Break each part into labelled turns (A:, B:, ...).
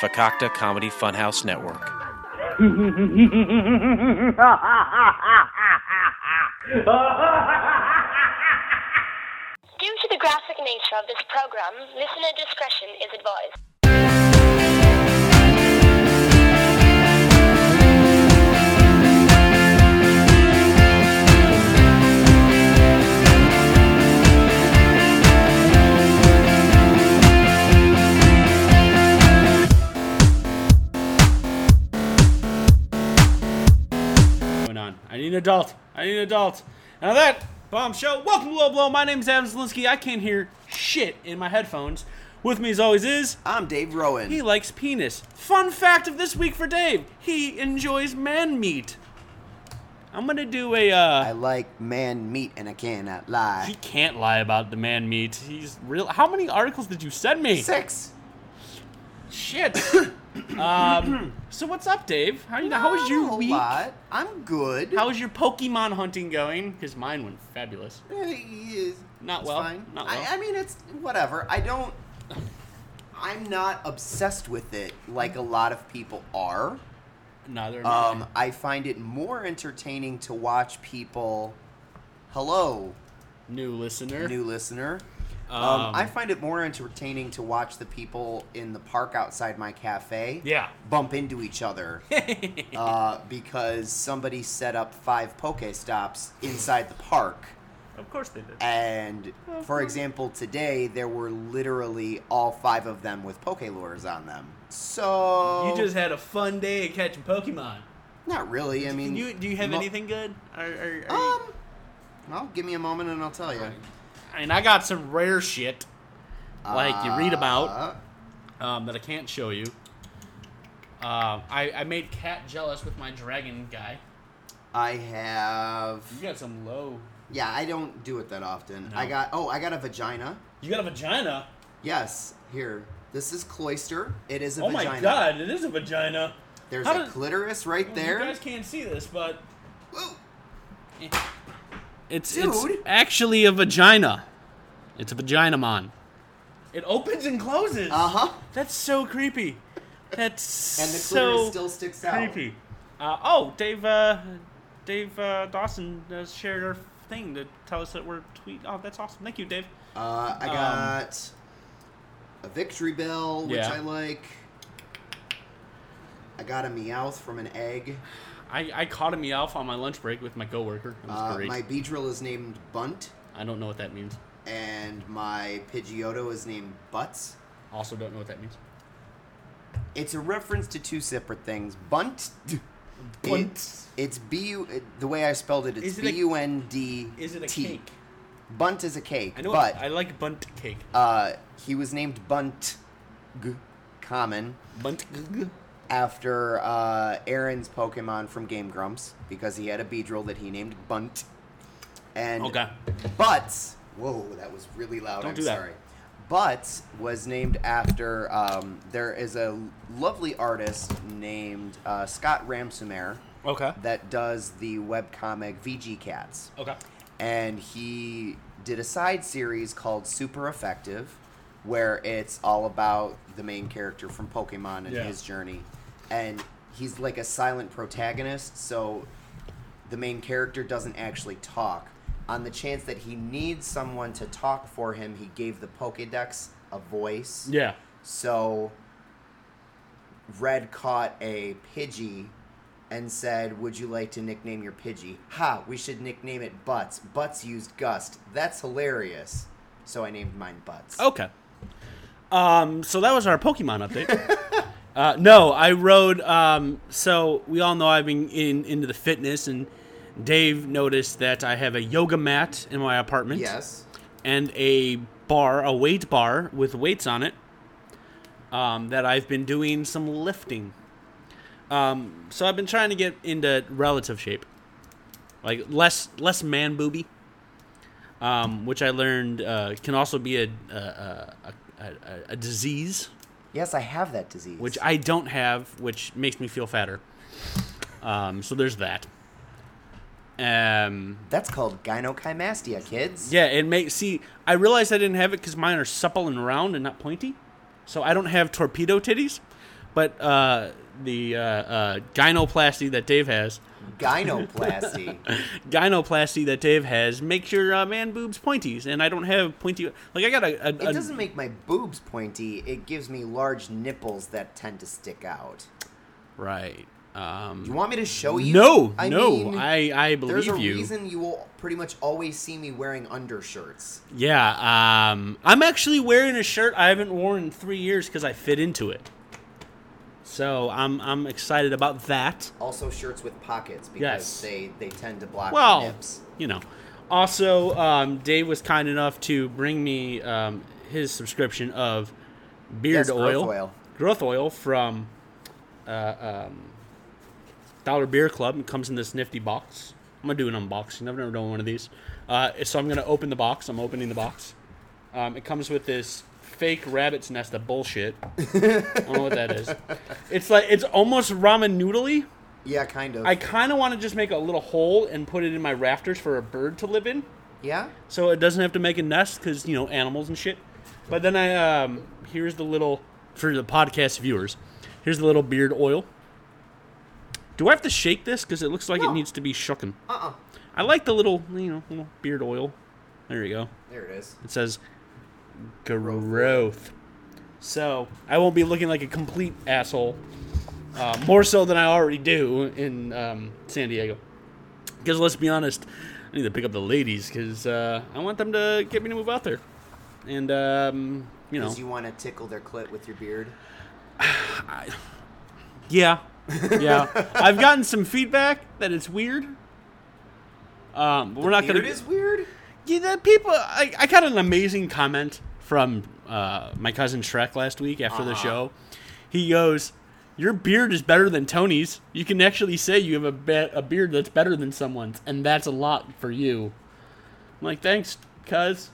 A: Fakakta Comedy Funhouse Network.
B: Due to the graphic nature of this program, listener discretion is advised.
C: going on. I need an adult. I need an adult. And on that bombshell, welcome to Low Blow. My name's Adam Zelinsky. I can't hear shit in my headphones. With me, as always, is
D: I'm Dave Rowan.
C: he likes penis. Fun fact of this week for Dave: he enjoys man meat. I'm gonna do a.
D: I
C: uh
D: like man meat and I cannot
C: He
D: lie.
C: can't lie about the man meat. He's real. How many articles did you send me?
D: Six.
C: Shit. um. So what's up, Dave? How you? how was
D: Not a
C: your
D: whole
C: week?
D: lot. I'm good.
C: How was your Pokemon hunting going? Because mine went fabulous.
D: Eh, yes,
C: Not
D: it's
C: well,
D: Fine.
C: not well.
D: I, I mean, it's whatever. I don't. I'm not obsessed with it like a lot of people are.
C: Neither. am I.
D: Um, I find it more entertaining to watch people. Hello,
C: new listener.
D: new listener. Um,
C: Um,
D: I find it more entertaining to watch the people in the park outside my cafe
C: Yeah.
D: bump into each other uh, because somebody set up five poke stops inside the park.
C: Of course they
D: Uh,
C: did.
D: And
C: Uh-huh.
D: for example, today there were literally all five of them with poke lures on them. So
C: You just had a fun day of catching Pokemon.
D: not really. I mean,
C: Can you do you have
D: mo-
C: anything good? Are, are, are you-
D: Um, well, give me a moment and I'll tell you.
C: I mean, I got some rare shit like you read about.
D: Uh,
C: um, that I can't show you. Um, I, I made Cat jealous with my dragon guy.
D: I have.
C: You got some low.
D: Yeah, I don't do it that often.
C: No.
D: I got oh, I got a vagina.
C: You got a vagina.
D: Yes, here. This is cloister. It is a
C: oh
D: vagina.
C: my god, it is a vagina.
D: There's
C: How Oh
D: a
C: did-
D: clitoris right there.
C: You guys can't see this, but
D: Whoa.
C: It's it's
D: Dude.
C: actually a vagina. It's a vagina mon. It opens and closes.
D: Uh-huh.
C: That's so creepy. That's
D: And the
C: so
D: clitoris still sticks out.
C: creepy. Uh, oh, Dave, uh, Dave uh, Dawson uh, shared our thing to tell us that we're tweet. Oh, that's awesome. Thank you, Dave.
D: Uh, I
C: Um,
D: got a victory bell, which
C: Yeah.
D: I like. I got a meowth from an egg.
C: I, I caught a meowth on my lunch break with my coworker. It was
D: Uh,
C: great.
D: my Beedrill is named Bunt,
C: I don't know what that means.
D: and my Pidgeotto is named Butts.
C: Also, don't know what that means.
D: It's a reference to two separate things. Bunt.
C: Bunt.
D: It, it's B U. it- The way I spelled it,
C: Is
D: it's
C: it a-
D: B U N D.
C: Is it a
D: T.
C: cake?
D: Bunt is a cake.
C: I know.
D: but
C: I like bunt cake.
D: uh, he was named Bunt G. Common
C: Bunt.
D: after uh, Aaron's Pokemon from Game Grumps because he had a Beedrill that he named Bunt. And
C: Okay.
D: Butts. Whoa, that was really loud.
C: Don't
D: I'm
C: do that.
D: sorry. Butts was named after. Um, there is a lovely artist named uh, Scott Ramsumer
C: Okay.
D: that does the webcomic VG Cats
C: Okay.
D: and he did a side series called Super Effective, where it's all about the main character from Pokemon and
C: Yeah.
D: his journey. And he's like a silent protagonist, so the main character doesn't actually talk. On the chance that he needs someone to talk for him, he gave the Pokedex a voice.
C: Yeah.
D: So Red caught a Pidgey and said, Would you like to nickname your Pidgey? Ha, we should nickname it Butts. Butts used Gust. That's hilarious. So I named mine Butts.
C: Okay. Um, so that was our Pokemon update. uh, no, I rode. Um, so we all know I've been in, into the fitness, and Dave noticed that I have a yoga mat in my apartment.
D: Yes.
C: And a bar, a weight bar with weights on it. Um, that I've been doing some lifting. Um, so I've been trying to get into relative shape, like less less man booby um, which I learned uh, can also be a, a, a, a, a, a disease,
D: Yes, I have that disease.
C: which I don't have, which makes me feel fatter. Um, so there's that. Um,
D: That's called gynecomastia, kids.
C: yeah, it may see. I realized I didn't have it because mine are supple and round and not pointy, so I don't have torpedo titties. But uh, the uh, uh, gynoplasty that Dave has,
D: Gynoplasty.
C: gynoplasty that Dave has, makes your uh, man boobs pointies, and I don't have pointy. Like I got a. a,
D: it doesn't make my boobs pointy. It gives me large nipples that tend to stick out.
C: right. Um,
D: You want me to show you?
C: no,
D: I
C: no,
D: mean,
C: I I
D: There's a
C: believe you.
D: reason you will pretty much always see me wearing undershirts.
C: Yeah, um, I'm actually wearing a shirt I haven't worn in three years because I fit into it. So I'm I'm excited about that.
D: Also, shirts with pockets because
C: Yes.
D: they they tend to block the
C: Well,
D: nips.
C: you know. Also, um, Dave was kind enough to bring me um, his subscription of beard
D: Yes, growth
C: oil,
D: oil.
C: growth oil from uh, um, Dollar Beer Club. It comes in this nifty box. I'm gonna do an unboxing. I've never done one of these, uh, so I'm gonna open the box. I'm opening the box. Um, it comes with this fake rabbit's nest of bullshit. I don't know what that is. It's like it's almost ramen noodly.
D: Yeah, kind of.
C: I kind of want to just make a little hole and put it in my rafters for a bird to live in,
D: yeah.
C: so it doesn't have to make a nest because you know animals and shit. But then I um, here's the little for the podcast viewers. Here's the little beard oil. Do I have to shake this because it looks like
D: No.
C: it needs to be shooken?
D: Uh-uh.
C: I like the little you know little beard oil. There you go.
D: There it is.
C: It says growth. So I won't be looking like a complete asshole, uh, more so than I already do in um, San Diego. Because let's be honest, I need to pick up the ladies because uh, I want them to get me to move out there, and um, you know,
D: Because you want to tickle their clit with your beard.
C: yeah, yeah. I've gotten some feedback that it's weird. Um, but we're not
D: beard
C: gonna.
D: is weird.
C: Yeah, that people. I, I got an amazing comment from uh, my cousin Shrek last week after the show. He goes, "Your beard is better than Tony's. You can actually say you have a be- a beard that's better than someone's, and that's a lot for you." I'm like, "Thanks, cuz."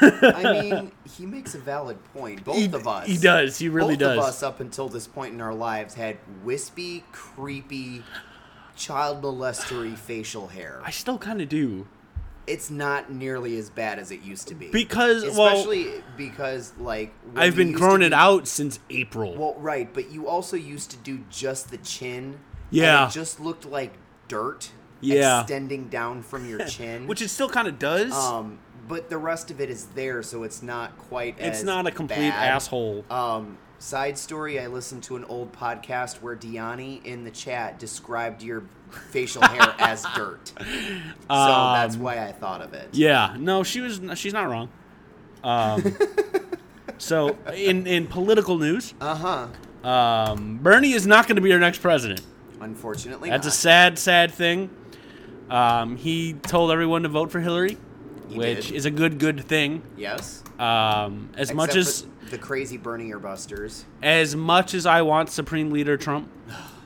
D: I mean, he makes a valid point. Both
C: He-
D: of us.
C: he does. He really
D: Both
C: does.
D: of us, up until this point in our lives, had wispy, creepy, child molestery facial hair.
C: I still kind of do.
D: It's not nearly as bad as it used to be.
C: Because, well-
D: especially because, like, when
C: I've
D: you
C: been
D: used
C: growing
D: to
C: it
D: be-
C: out since April.
D: Well, right, but you also used to do just the chin.
C: Yeah.
D: and it just looked like dirt.
C: Yeah.
D: extending down from your chin,
C: which it still kind of does.
D: Um, but the rest of it is there, so it's not quite.
C: it's
D: as
C: not a complete
D: bad.
C: asshole.
D: Um, side story: I listened to an old podcast where Diani in the chat described your facial hair as dirt, so
C: Um,
D: that's why I thought of it.
C: Yeah, no, she was. She's not wrong. Um, so, in in political news,
D: Uh huh.
C: um, Bernie is not going to be our next president.
D: Unfortunately,
C: That's a
D: not.
C: sad, sad thing. Um, he told everyone to vote for Hillary,
D: He
C: which
D: did.
C: is a good, good thing.
D: yes.
C: Um, as much
D: Except
C: as
D: for the crazy Bernie or Busters.
C: as much as I want Supreme Leader Trump,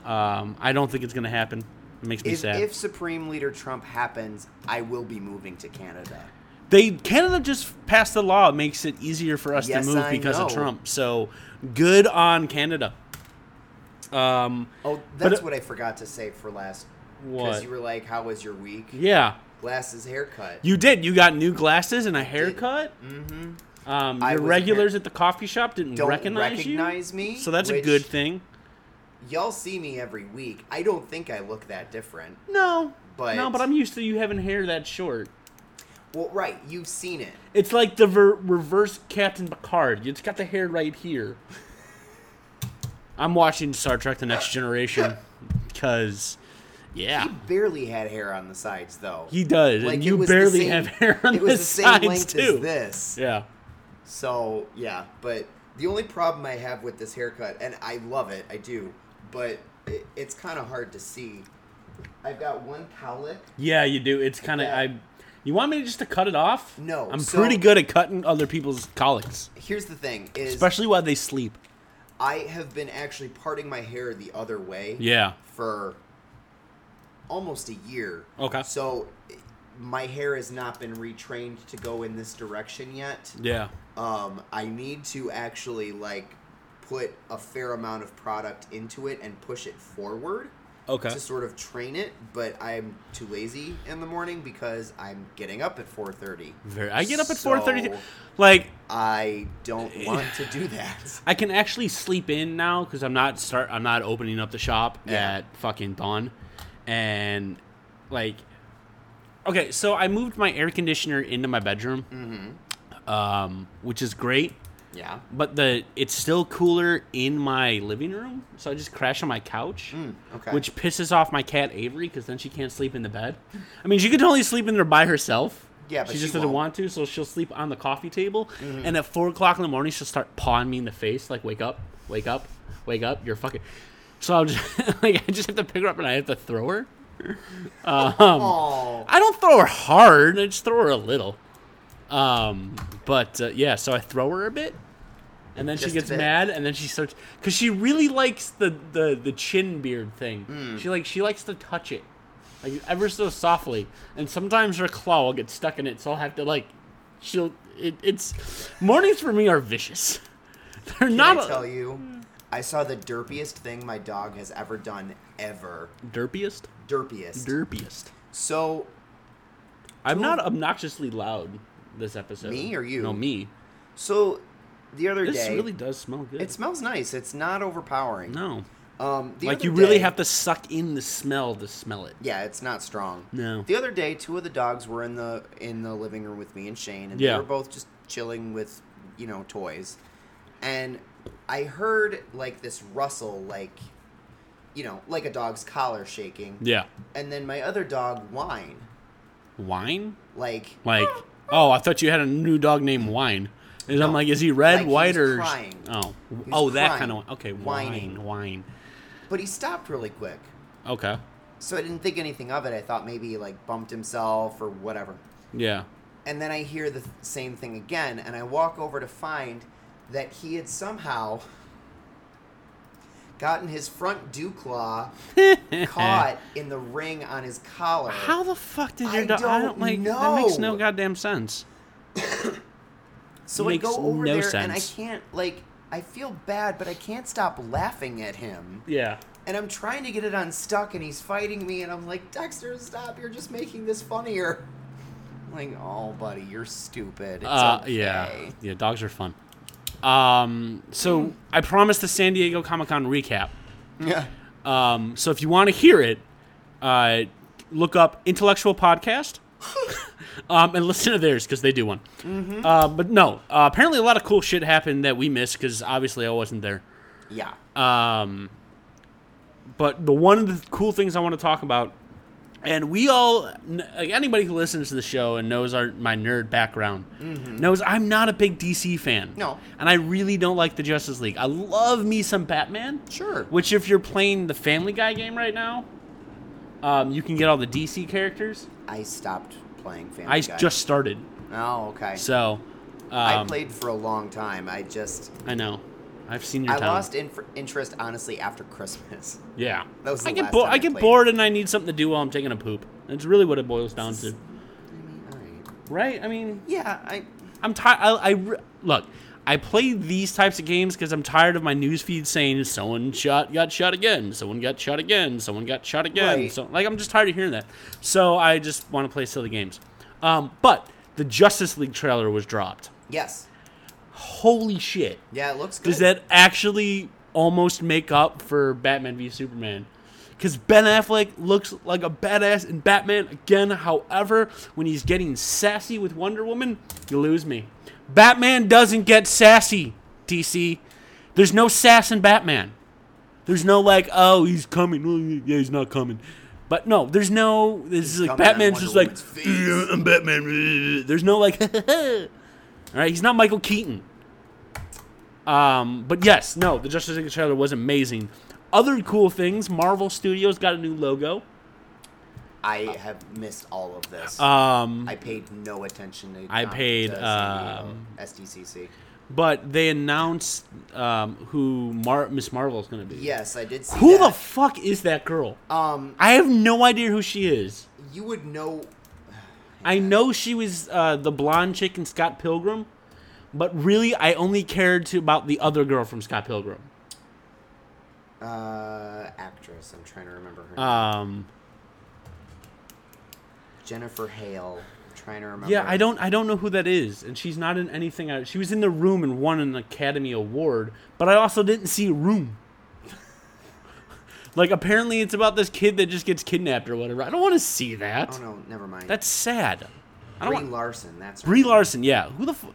C: um, I don't think it's going to happen. It makes me
D: If,
C: sad.
D: if Supreme Leader Trump happens, I will be moving to Canada.
C: They Canada just passed a law that makes it easier for us
D: Yes,
C: to move
D: I
C: because of
D: know.
C: Trump. So good on Canada. Um,
D: Oh, that's
C: it-
D: what I forgot to say for last. Because
C: What?
D: you were like, "How was your week?"
C: yeah,
D: Glasses haircut.
C: you did. You got new glasses and a haircut.
D: mm-hmm.
C: Um,
D: I
C: your
D: was
C: regulars
D: apparent-
C: at the coffee shop didn't
D: Don't
C: recognize,
D: recognize
C: you.
D: me,
C: So that's a
D: which-
C: good thing.
D: Y'all see me every week. I don't think I look that different.
C: No,
D: But-
C: no, but I'm used to you having hair that short.
D: Well, right, you've seen it.
C: It's like the ver- reverse Captain Picard. It's got the hair right here. I'm watching Star Trek: The Next Generation because, yeah,
D: He barely had hair on the sides, though.
C: He does,
D: Like,
C: and
D: it
C: you
D: was the
C: barely
D: same-
C: have hair on
D: It was
C: the
D: the same
C: sides
D: length
C: too.
D: as this.
C: Yeah,
D: So yeah, but the only problem I have with this haircut, and I love it, I do, but it, it's kind of hard to see. I've got one cowlick.
C: yeah, you do. It's kind of
D: Yeah.
C: I. You want me to just to cut it off?
D: No,
C: I'm
D: so-
C: pretty good at cutting other people's colics,
D: Here's the thing: is
C: especially while they sleep.
D: I have been actually parting my hair the other way.
C: Yeah,
D: for almost a year.
C: Okay.
D: So my hair has not been retrained to go in this direction yet.
C: yeah,
D: Um, I need to actually like put a fair amount of product into it and push it forward
C: Okay.
D: to sort of train it, but I'm too lazy in the morning because I'm getting up at 4:30.
C: Very, I get up at
D: So,
C: 4:30. Like
D: I don't want to do that.
C: I can actually sleep in now because I'm not start. I'm not opening up the shop
D: Yeah.
C: at fucking dawn, and like, okay. So I moved my air conditioner into my bedroom,
D: Mm-hmm.
C: um, which is great.
D: Yeah.
C: But the it's still cooler in my living room, so I just crash on my couch,
D: okay.
C: which pisses off my cat Avery because then she can't sleep in the bed. I mean, she could only sleep in there by herself.
D: Yeah, but
C: she
D: she
C: just doesn't
D: won't. Mm-hmm.
C: want to, so she'll sleep on the coffee table. And at four o'clock in the morning, she'll start pawing me in the face, like "Wake up, wake up, wake up! You're fucking." So I'm just like, I just have to pick her up and I have to throw her.
D: Oh.
C: I don't throw her hard. I just throw her a little. Um, but uh, yeah, so I throw her a bit, and then
D: Just
C: she
D: a
C: gets
D: bit.
C: mad, and then she starts because she really likes the the the chin beard thing.
D: Hmm.
C: She like she likes to touch it, like ever so softly, and sometimes her claw will get stuck in it, so I'll have to like, she'll it, it's mornings for me are vicious. They're
D: Can
C: not
D: I tell you, I saw the derpiest thing my dog has ever done ever.
C: derpiest,
D: Derpiest.
C: derpiest.
D: so
C: I'm not obnoxiously loud this episode.
D: Me or you?
C: No, me.
D: so the other
C: This
D: day
C: really does smell good.
D: it smells nice. It's not overpowering.
C: No.
D: Um the
C: Like
D: other
C: you really
D: day-
C: have to suck in the smell to smell it.
D: Yeah, it's not strong.
C: No.
D: The other day, two of the dogs were in the in the living room with me and Shane, and
C: Yeah.
D: they were both just chilling with, you know, toys. And I heard like this rustle, like, you know, like a dog's collar shaking.
C: Yeah.
D: And then my other dog whine,
C: Wine?
D: like
C: Like oh, I thought you had a new dog named Wine. And I'm
D: No.
C: like, is he red,
D: Like, he
C: white,
D: was
C: or
D: crying.
C: oh,
D: was
C: oh, that
D: crying.
C: kind of okay,
D: Whining.
C: wine, wine.
D: but he stopped really quick.
C: Okay,
D: So I didn't think anything of it. I thought maybe he, like bumped himself or whatever.
C: yeah,
D: And then I hear the th- same thing again, and I walk over to find that he had somehow gotten his front dew claw caught in the ring on his collar.
C: How the fuck did your
D: I
C: dog? I don't
D: don't
C: like that makes no
D: know.
C: goddamn sense.
D: so
C: makes
D: I go over
C: no
D: there and I
C: sense.
D: can't like I feel bad, but I can't stop laughing at him.
C: Yeah,
D: And I'm trying to get it unstuck, and he's fighting me, and I'm like, Dexter, stop! You're just making this funnier. I'm like, oh, buddy, you're stupid. It's
C: uh,
D: okay.
C: yeah, yeah. Dogs are fun. Um, so
D: Hmm.
C: I promised the San Diego Comic Con recap.
D: yeah.
C: Um, so if you want to hear it, uh, look up Intellectual Podcast um, and listen to theirs because they do one. Uh, but no, uh, apparently a lot of cool shit happened that we missed because obviously I wasn't there.
D: Yeah.
C: Um, but the one of the cool things I want to talk about, and we all, n- like anybody who listens to the show and knows our my nerd background, knows I'm not a big DC fan.
D: Mm-hmm. No.
C: and I really don't like the Justice League. I love me some Batman.
D: Sure.
C: Which, if you're playing the Family Guy game right now, um, you can get all the DC characters.
D: I stopped playing Family
C: I
D: Guy.
C: just started,
D: Oh, okay.
C: so um,
D: I played for a long time. I just
C: I know. I've seen your
D: I
C: town.
D: lost inf- interest honestly after Christmas.
C: Yeah,
D: That was the
C: I get
D: last
C: bo-
D: time
C: I
D: I
C: get
D: played.
C: bored and I need something to do while I'm taking a poop. That's really what it boils down to,
D: I mean, all right.
C: right? I mean,
D: Yeah, I
C: I'm tired. I, I re- look. I play these types of games because I'm tired of my newsfeed saying someone shot got shot again, someone got shot again, someone got shot again.
D: Right.
C: So like I'm just tired of hearing that. So I just want to play silly games. Um, but the Justice League trailer was dropped.
D: yes.
C: Holy shit!
D: Yeah, it looks good.
C: Does that actually almost make up for Batman v Superman? Because Ben Affleck looks like a badass in Batman again. However, when he's getting sassy with Wonder Woman, you lose me. Batman doesn't get sassy, DC. There's no sass in Batman. There's no like, oh, he's coming. Oh, yeah, he's not coming. But no, there's no. This is like
D: coming on
C: Batman's
D: Wonder
C: just like,
D: Woman's face.
C: "Yeah, I'm Batman. There's no like, all right. He's not Michael Keaton. Um, but yes, no, the Justice League trailer was amazing. Other cool things: Marvel Studios got a new logo.
D: I have missed all of this.
C: Um,
D: I paid no attention to.
C: I paid,
D: to San Diego,
C: um,
D: SDCC.
C: but they announced um, who Mar- Miss Marvel is going to be.
D: Yes, I did see.
C: Who the
D: that.
C: fuck is that girl?
D: um,
C: I have no idea who she is.
D: you would know.
C: I know she was uh, the blonde chick in Scott Pilgrim, but really, I only cared to about the other girl from Scott Pilgrim.
D: uh, actress. I'm trying to remember her. name.
C: Um,
D: Jennifer Hale. I'm trying to remember.
C: yeah, I don't I don't know who that is, and she's not in anything. I, she was in the room and won an Academy Award, but I also didn't see Room. like apparently, it's about this kid that just gets kidnapped or whatever. I don't want to see that.
D: Oh no, never mind.
C: That's sad. I don't
D: Brie
C: want
D: Larson. That's her
C: Brie
D: name.
C: Larson. Yeah, who the f-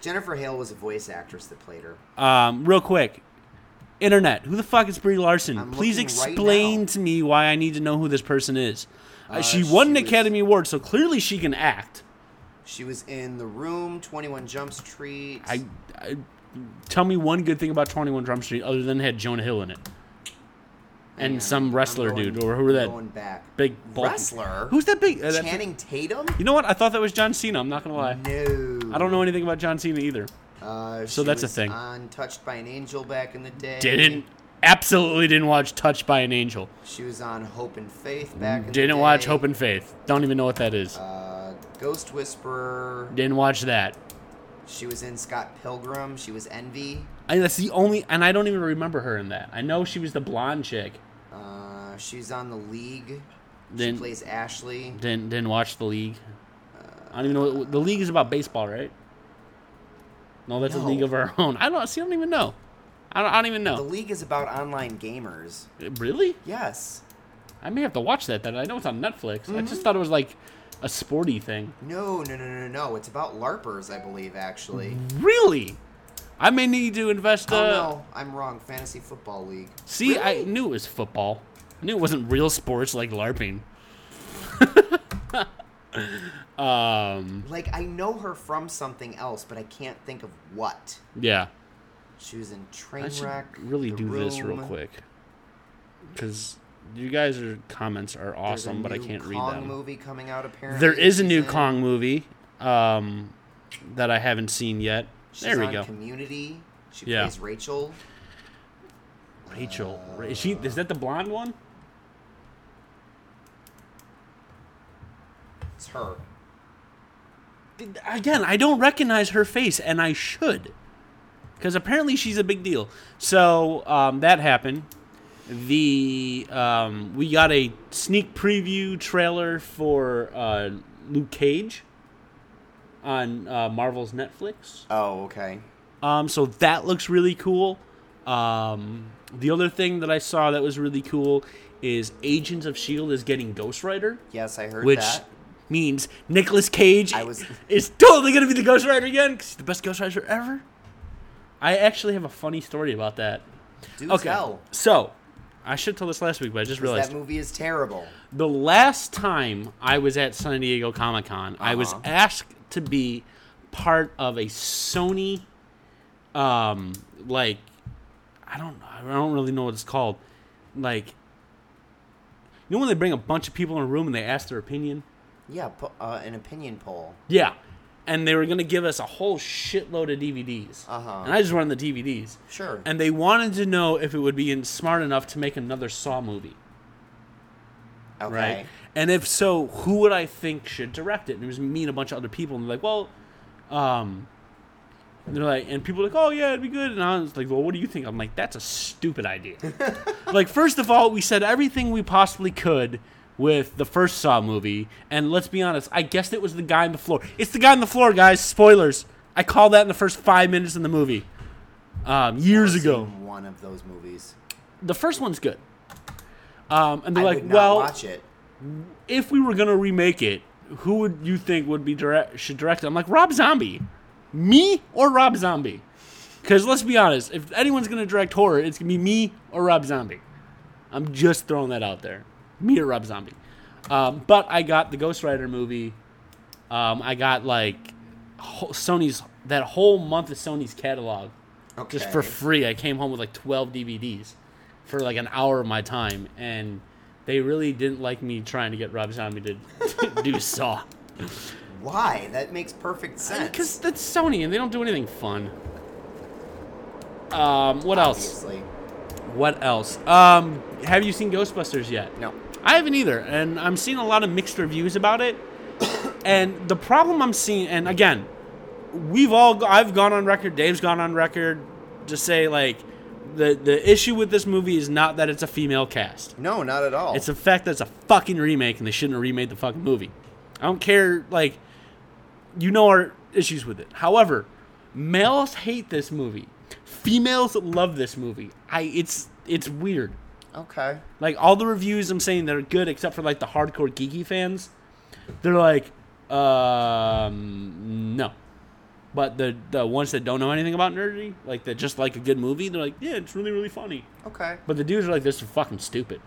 D: Jennifer Hale was a voice actress that played her.
C: um real quick. Internet, who the fuck is Brie Larson?
D: I'm
C: Please
D: looking right
C: explain
D: now.
C: to me why I need to know who this person is. Uh, she
D: she
C: won an
D: was-
C: Academy Award, so clearly she can act.
D: She was in The Room, 21 Jump Street.
C: I, I tell me one good thing about Twenty One Drum Street other than it had Jonah Hill in it, and
D: Hang
C: some
D: on,
C: wrestler
D: I'm going-
C: dude or who were that
D: Going back.
C: big bulky-
D: wrestler.
C: Who's that big? uh, that-
D: Channing Tatum?
C: you know what? I thought that was John Cena. I'm not gonna lie.
D: No.
C: I don't know anything about John Cena either.
D: Uh,
C: So
D: she
C: that's a
D: was
C: thing.
D: On Touched by an Angel back in the day.
C: Didn't absolutely didn't watch Touched by an Angel.
D: She was on Hope and Faith back in the
C: Didn't watch
D: day.
C: Hope and Faith. Don't even know what that is.
D: Uh, Ghost Whisperer.
C: Didn't watch that.
D: She was in Scott Pilgrim. She was Envy.
C: I, that's the only, and I don't even remember her in that. I know she was the blonde chick.
D: Uh, she's on The League.
C: Then-
D: she plays Ashley.
C: Didn't didn't watch the league. I don't even know what, the league is about baseball, right? No, that's a
D: No.
C: league of our own. I don't see. I don't even know. I don't, I don't even
D: The
C: know. Uh,
D: League is about online gamers.
C: really?
D: Yes.
C: I may have to watch that. Then I know it's on Netflix. I just thought it was like a sporty thing.
D: No, no, no, no, no. It's about LARPers, I believe, actually.
C: Mm-hmm. Really? I may need to invest. Uh,
D: oh, no. I'm wrong. Fantasy Football League.
C: See, I knew it was football. I knew it wasn't real sports like LARPing. um.
D: Like, I know her from something else, but I can't think of what.
C: Yeah.
D: She was in
C: I should
D: Trainwreck.
C: really
D: The
C: do this real
D: Room.
C: quick because you guys' are, comments are
D: There's a
C: awesome, but I
D: new
C: can't read
D: Kong
C: them.
D: movie coming out, apparently.
C: There is a new
D: She's in-
C: Kong movie um, that I haven't seen yet.
D: She's
C: There we
D: on
C: go.
D: Community. She
C: Yeah.
D: plays Rachel.
C: Rachel, Ra- is she?
D: uh,
C: Is that the blonde one?
D: It's her.
C: Again, I don't recognize her face, and I should, because apparently she's a big deal. So um, that happened. The um, we got a sneak preview trailer for uh, Luke Cage on uh, Marvel's Netflix.
D: Oh, okay.
C: Um, so that looks really cool. Um, the other thing that I saw that was really cool is Agents of Shield E is getting Ghost Rider,
D: Yes, I heard
C: which
D: that.
C: means Nicolas Cage
D: I was-
C: is totally gonna be the Ghost Rider again because he's the best Ghost Rider ever. I actually have a funny story about that.
D: Do
C: Okay,
D: tell.
C: so I should tell this last week, but I just
D: 'Cause
C: realized
D: That movie is terrible.
C: the last time I was at San Diego Comic Con, I was
D: Uh-huh.
C: asked to be part of a Sony, um, like I don't, I don't really know what it's called. Like, you know when they bring a bunch of people in a room and they ask their opinion.
D: Yeah, po- uh, an opinion poll.
C: Yeah, and they were gonna give us a whole shitload of DVDs,
D: Uh-huh.
C: and I just wanted the DVDs.
D: Sure.
C: And they wanted to know if it would be in, smart enough to make another Saw movie.
D: Okay.
C: right? And if so, who would I think should direct it? And it was me and a bunch of other people, and they're like, well, um, and they're like, and people are like, oh yeah, it'd be good. And I was like, well, what do you think? I'm like, that's a stupid idea. like, first of all, we said everything we possibly could with the first Saw movie, and let's be honest, I guessed it was the guy on the floor. It's the guy on the floor, guys. Spoilers. I called that in the first five minutes in the movie, um, years
D: I've
C: ago.
D: seen One of those movies.
C: The first one's good. Um, and they're
D: I
C: like,
D: would not
C: well,
D: watch it.
C: if we were gonna remake it, who would you think would be direct should direct it? I'm like Rob Zombie, me or Rob Zombie, because let's be honest, if anyone's gonna direct horror, it's gonna be me or Rob Zombie. I'm just throwing that out there, me or Rob Zombie. Um, but I got the Ghost Rider movie. Um, I got like ho- Sony's that whole month of Sony's catalog
D: Okay.
C: just for free. I came home with like 12 DVDs for like an hour of my time, and they really didn't like me trying to get Rob Zombie to do Saw.
D: Why? That makes perfect sense.
C: Because that's Sony, and they don't do anything fun. Um, what else?
D: obviously.
C: What else? Um, have you seen Ghostbusters yet?
D: No.
C: I haven't either, and I'm seeing a lot of mixed reviews about it. and the problem I'm seeing, and again, we've all, I've gone on record, Dave's gone on record to say, like, the the issue with this movie is not that it's a female cast.
D: No, not at all.
C: It's a fact that it's a fucking remake and they shouldn't have remade the fucking movie. I don't care, like, you know our issues with it. However, males hate this movie. Females love this movie. I it's it's weird.
D: okay.
C: Like all the reviews I'm saying that are good except for like the hardcore geeky fans, they're like, um no. But the the ones that don't know anything about nerdy, like that just like a good movie, they're like, yeah, it's really, really funny.
D: Okay.
C: But the dudes are like, this is fucking stupid.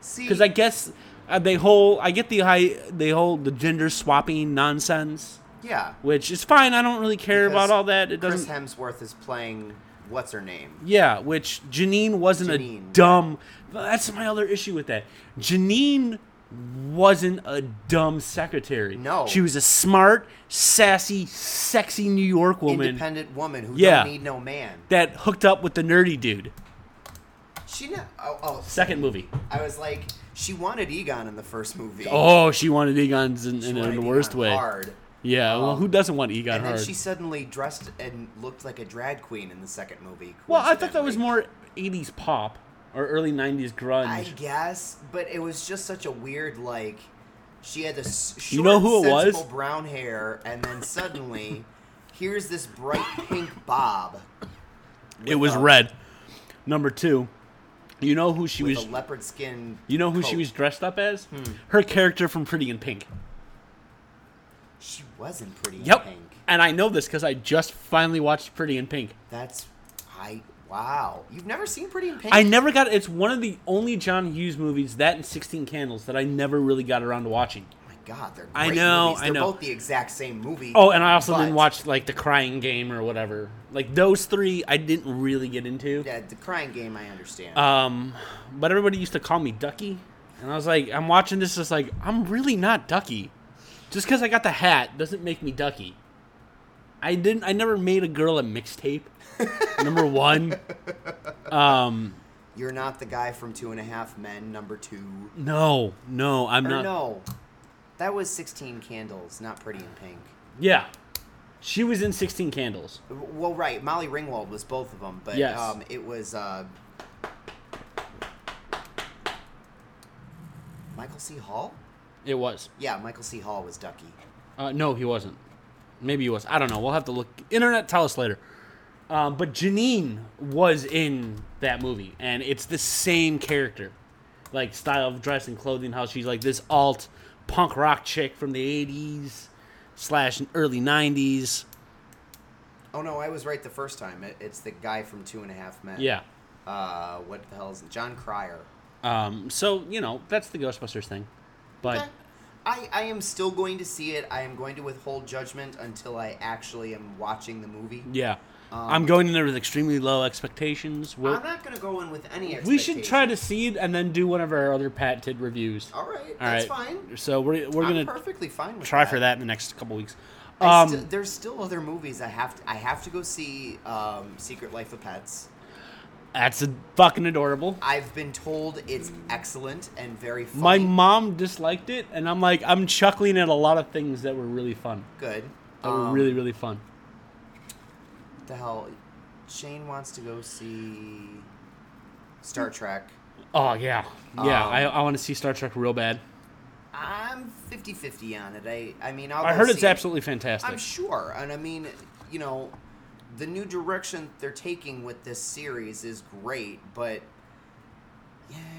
D: See,
C: Because I guess uh, they whole I get the high they whole the gender swapping nonsense,
D: yeah.
C: which is fine. I don't really care
D: Because
C: about all that. It doesn't.
D: Chris Hemsworth is playing what's her name?
C: yeah, which Janine wasn't a
D: Janine.
C: dumb. That's my other issue with that. Janine wasn't a dumb secretary.
D: No.
C: she was a smart, sassy, sexy New York woman
D: Independent woman who
C: Yeah.
D: don't need no man.
C: that hooked up with the nerdy dude.
D: She not, oh, oh
C: Second movie.
D: I was like she wanted Egon in the first movie.
C: Oh, she wanted Egon's in,
D: She
C: in,
D: wanted
C: the
D: Egon
C: worst way.
D: Hard.
C: Yeah, well,
D: Um,
C: who doesn't want Egon
D: And then
C: hard?
D: she suddenly dressed and looked like a drag queen in the second movie.
C: Well, I thought that was
D: coincidentally.
C: more 80s pop or early 90s grunge.
D: I guess, but it was just such a weird like. She had this short,
C: You know who it was?
D: sensible brown hair, and then suddenly, here's this bright pink bob.
C: it was
D: a-
C: red. Number two, you know who she
D: with
C: was.
D: a leopard skin.
C: You know who she
D: coat.
C: was dressed up as? Her character from Pretty in Pink.
D: She wasn't pretty. in
C: Yep.
D: Pink.
C: And I know this because I just finally watched Pretty in Pink.
D: That's I. Wow. You've never seen Pretty in Pink?
C: I never got. It's one of the only John Hughes movies, that and Sixteen Candles, that I never really got around to watching.
D: Oh my God, they're. Great
C: I know,
D: Movies.
C: I
D: They're
C: know.
D: both the exact same movie.
C: Oh, and I also
D: but-
C: didn't watch like The Crying Game or whatever. Like those three, I didn't really get into.
D: Yeah, the Crying Game. I understand.
C: Um, but everybody used to call me Ducky, and I was like, I'm watching this, just like I'm really not Ducky. Just because I got the hat doesn't make me Ducky. I didn't. I never made a girl a mixtape. number one. Um,
D: You're not the guy from Two and a Half Men, number two.
C: no, no, I'm
D: Or
C: not.
D: no, that was Sixteen Candles, not Pretty in Pink.
C: Yeah, she was in Sixteen Candles.
D: Well, right. Molly Ringwald was both of them, but
C: Yes.
D: um, it was uh, Michael C. Hall.
C: It was.
D: Yeah, Michael C. Hall was Ducky.
C: Uh, no, he wasn't. Maybe he was. I don't know. We'll have to look. Internet, tell us later. Um, but Janine was in that movie, and it's the same character, like style of dress and clothing. How she's like this alt punk rock chick from the '80s slash early '90s.
D: Oh no, I was right the first time. It, it's the guy from Two and a Half Men.
C: Yeah.
D: Uh, what the hell is John Cryer?
C: Um, so you know that's the Ghostbusters thing, but
D: Eh, I, I am still going to see it. I am going to withhold judgment until I actually am watching the movie.
C: yeah, I'm going in there with extremely low expectations. We'll,
D: Um, I'm not going to go in with any.
C: we should try to see it and then do one of our other patented reviews.
D: All right,
C: All
D: that's
C: right.
D: fine.
C: So we're we're
D: I'm
C: gonna
D: perfectly fine with
C: try
D: that.
C: for that in the next couple weeks.
D: I
C: Um,
D: sti- there's still other movies I have to. I have to go see um, Secret Life of Pets.
C: that's a fucking adorable.
D: I've been told it's excellent and very funny.
C: My mom disliked it, and I'm like, I'm chuckling at a lot of things that were really fun.
D: good.
C: That were
D: Um,
C: really really fun.
D: the hell. Shane wants to go see Star Trek.
C: Oh yeah, yeah.
D: um,
C: I, I want to see Star Trek real bad.
D: I'm 50-50 on it. I I mean, I'll
C: I
D: go
C: heard it's
D: see it.
C: absolutely fantastic.
D: I'm sure, and I mean, you know, the new direction they're taking with this series is great, but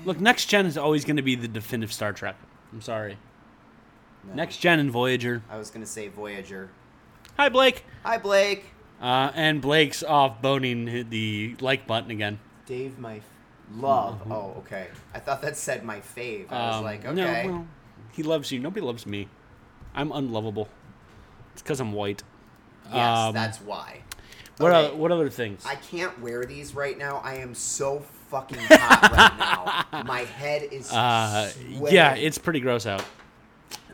C: Look, next gen is always going to be the definitive Star Trek. I'm sorry.
D: no.
C: Next gen and Voyager.
D: I was gonna say Voyager.
C: Hi Blake.
D: Hi, Blake.
C: Uh, and Blake's off boning the like button again.
D: Dave, my f- love. Oh, okay. I thought that said my fave. I
C: Mm-hmm. Um,
D: was like,
C: no,
D: okay.
C: well, he loves you. Nobody loves me. I'm unlovable. It's because I'm white.
D: yes,
C: um,
D: that's why.
C: What
D: Okay.
C: other, what other things?
D: I can't wear these right now. I am so fucking hot right now. My head is
C: uh,
D: sweating.
C: yeah, it's pretty gross out.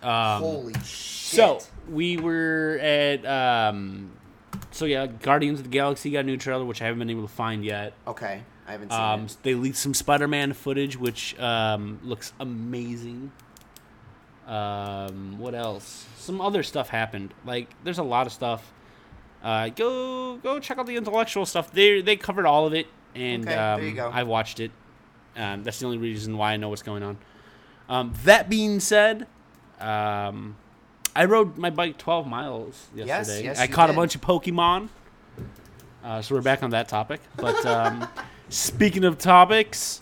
D: holy shit.
C: So we were at um, so yeah, Guardians of the Galaxy got a new trailer, which I haven't been able to find yet.
D: okay, I haven't seen
C: Um,
D: it.
C: they leaked some Spider-Man footage, which um, looks amazing. Um, what else? Some other stuff happened. Like there's a lot of stuff. Uh, go go check out the intellectual stuff. They they covered all of it. and
D: Okay,
C: um,
D: there you go.
C: I've watched it. Um, that's the only reason why I know what's going on. Um, that being said, um, I rode my bike 12 miles yesterday.
D: yes,
C: I
D: you
C: caught a
D: did.
C: bunch of Pokemon. Uh, so we're back on that topic. But um, speaking of topics,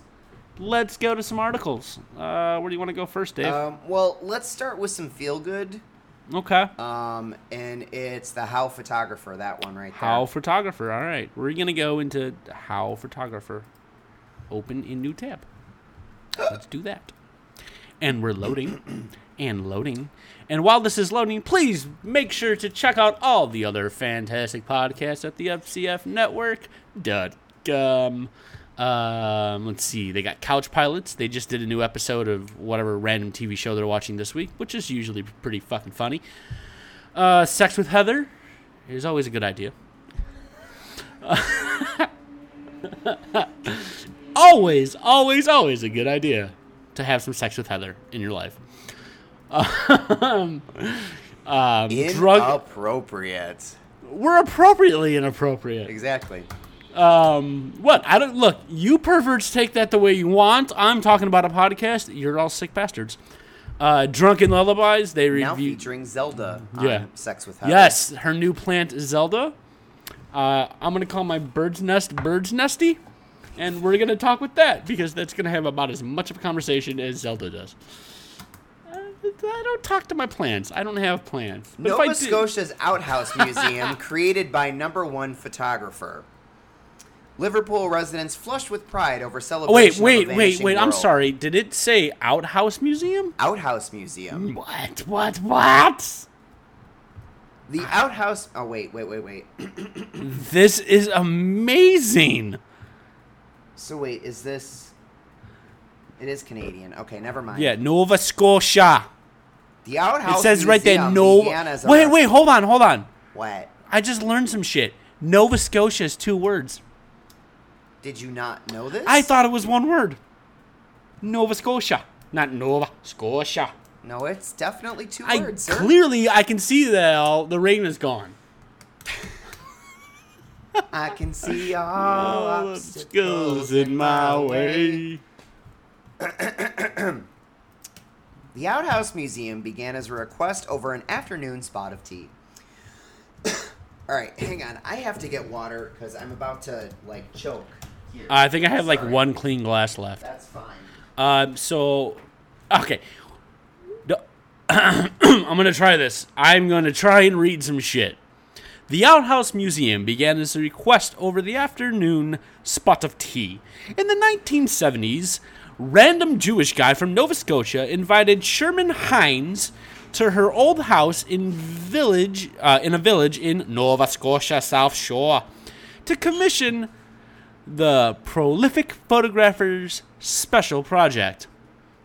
C: let's go to some articles. Uh, where do you want to go first, Dave?
D: Um, well, let's start with some feel good.
C: okay.
D: Um, and it's the How Photographer, that one right there.
C: How photographer. All right. We're going to go into how photographer. Open in new tab. Let's do that. And we're loading and loading. And while this is loading, please make sure to check out all the other fantastic podcasts at the FCF Network.com. Um, let's see. They got Couch Pilots. They just did a new episode of whatever random TV show they're watching this week, which is usually pretty fucking funny. Uh, Sex with Heather is always a good idea. always, always, always a good idea to have some sex with Heather in your life. Um, um, drug,
D: Inappropriate.
C: we're appropriately inappropriate.
D: Exactly.
C: Um, what I don't look. You perverts take that the way you want. I'm talking about a podcast. You're all sick bastards. Uh, Drunken Lullabies. They
D: Now
C: review.
D: featuring Zelda on
C: Yeah.
D: Sex with Heather.
C: Yes, her new plant is Zelda. Uh, I'm gonna call my bird's nest bird's nesty, and we're gonna talk with that because that's gonna have about as much of a conversation as Zelda does. Uh, I don't talk to my plants. I don't have plants. But if I
D: Nova
C: do-
D: Scotia's Outhouse Museum, created by number one photographer. Liverpool residents flushed with pride over
C: Oh,
D: celebration.
C: wait, wait,
D: of a
C: wait,
D: vanishing
C: wait. I'm
D: world.
C: sorry. Did it say outhouse museum?
D: Outhouse Museum.
C: What? What? What?
D: The outhouse. Oh wait, wait, wait, wait.
C: This is amazing.
D: So wait, is this? It is Canadian. Okay, never mind.
C: Yeah, Nova Scotia.
D: The
C: It
D: outhouse.
C: says right there,
D: Museum
C: no.
D: began as a
C: Wait, wait, hold on, hold on.
D: What?
C: I just learned some shit. Nova Scotia is two words.
D: Did you not know this?
C: I thought it was one word. Nova Scotia, not Nova Scotia.
D: No, it's definitely two
C: I
D: words, sir.
C: clearly I can see that all, the rain is gone.
D: I can see all obstacles
C: Obstacles
D: in my way. The Outhouse Museum began as a request over an afternoon spot of tea. All right, hang on. I have to get water because I'm about to like choke. Here.
C: I think I have like
D: Sorry.
C: one clean glass left.
D: That's fine.
C: Um, so, okay. The- I'm going to try this. I'm going to try and read some shit. The Outhouse Museum began as a request over the afternoon spot of tea. In the 1970s, random Jewish guy from Nova Scotia invited Sherman Hines to her old house in village uh, in a village in Nova Scotia South Shore to commission the prolific photographer's special project.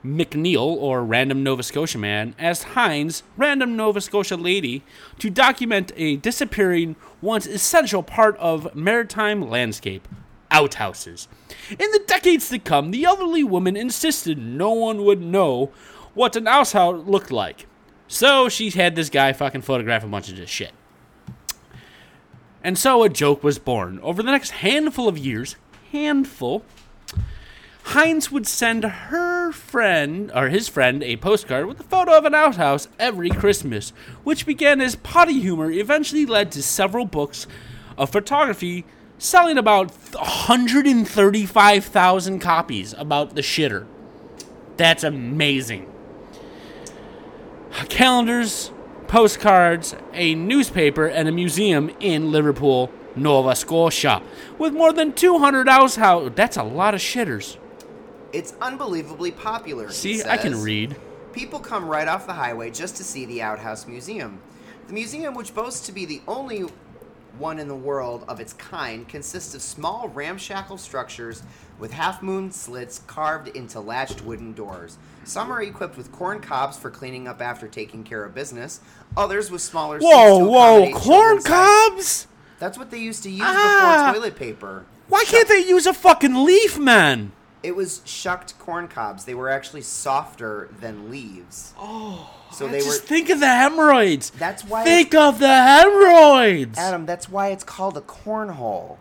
C: McNeil, or Random Nova Scotia Man, asked Hines, Random Nova Scotia Lady, to document a disappearing, once essential part of maritime landscape outhouses. In the decades to come, the elderly woman insisted no one would know what an outhouse looked like. So she had this guy fucking photograph a bunch of this shit. And so a joke was born. Over the next handful of years, handful, Heinz would send her friend or his friend a postcard with a photo of an outhouse every Christmas, which began as potty humor, eventually led to several books of photography selling about 135,000 copies about the shitter. That's amazing calendars, postcards, a newspaper, and a museum in Liverpool, Nova Scotia, with more than 200 house house. That's a lot of shitters.
D: It's unbelievably popular. he
C: See, I can
D: says.
C: read.
D: People come right off the highway just to see the Outhouse Museum. The museum, which boasts to be the only one in the world of its kind, consists of small ramshackle structures with half moon slits carved into latched wooden doors. Some are equipped with corn cobs for cleaning up after taking care of business, others with smaller seats
C: Whoa,
D: to
C: whoa,
D: accommodate
C: corn
D: children's size-
C: cobs!
D: That's what they used to use
C: Ah.
D: before toilet paper.
C: Why can't they use a fucking leaf, man?
D: It was shucked corn cobs. They were actually softer than leaves. Oh, so
C: I
D: they
C: just
D: were
C: think of the hemorrhoids.
D: That's why
C: Think of the hemorrhoids.
D: Adam, that's why it's called a cornhole.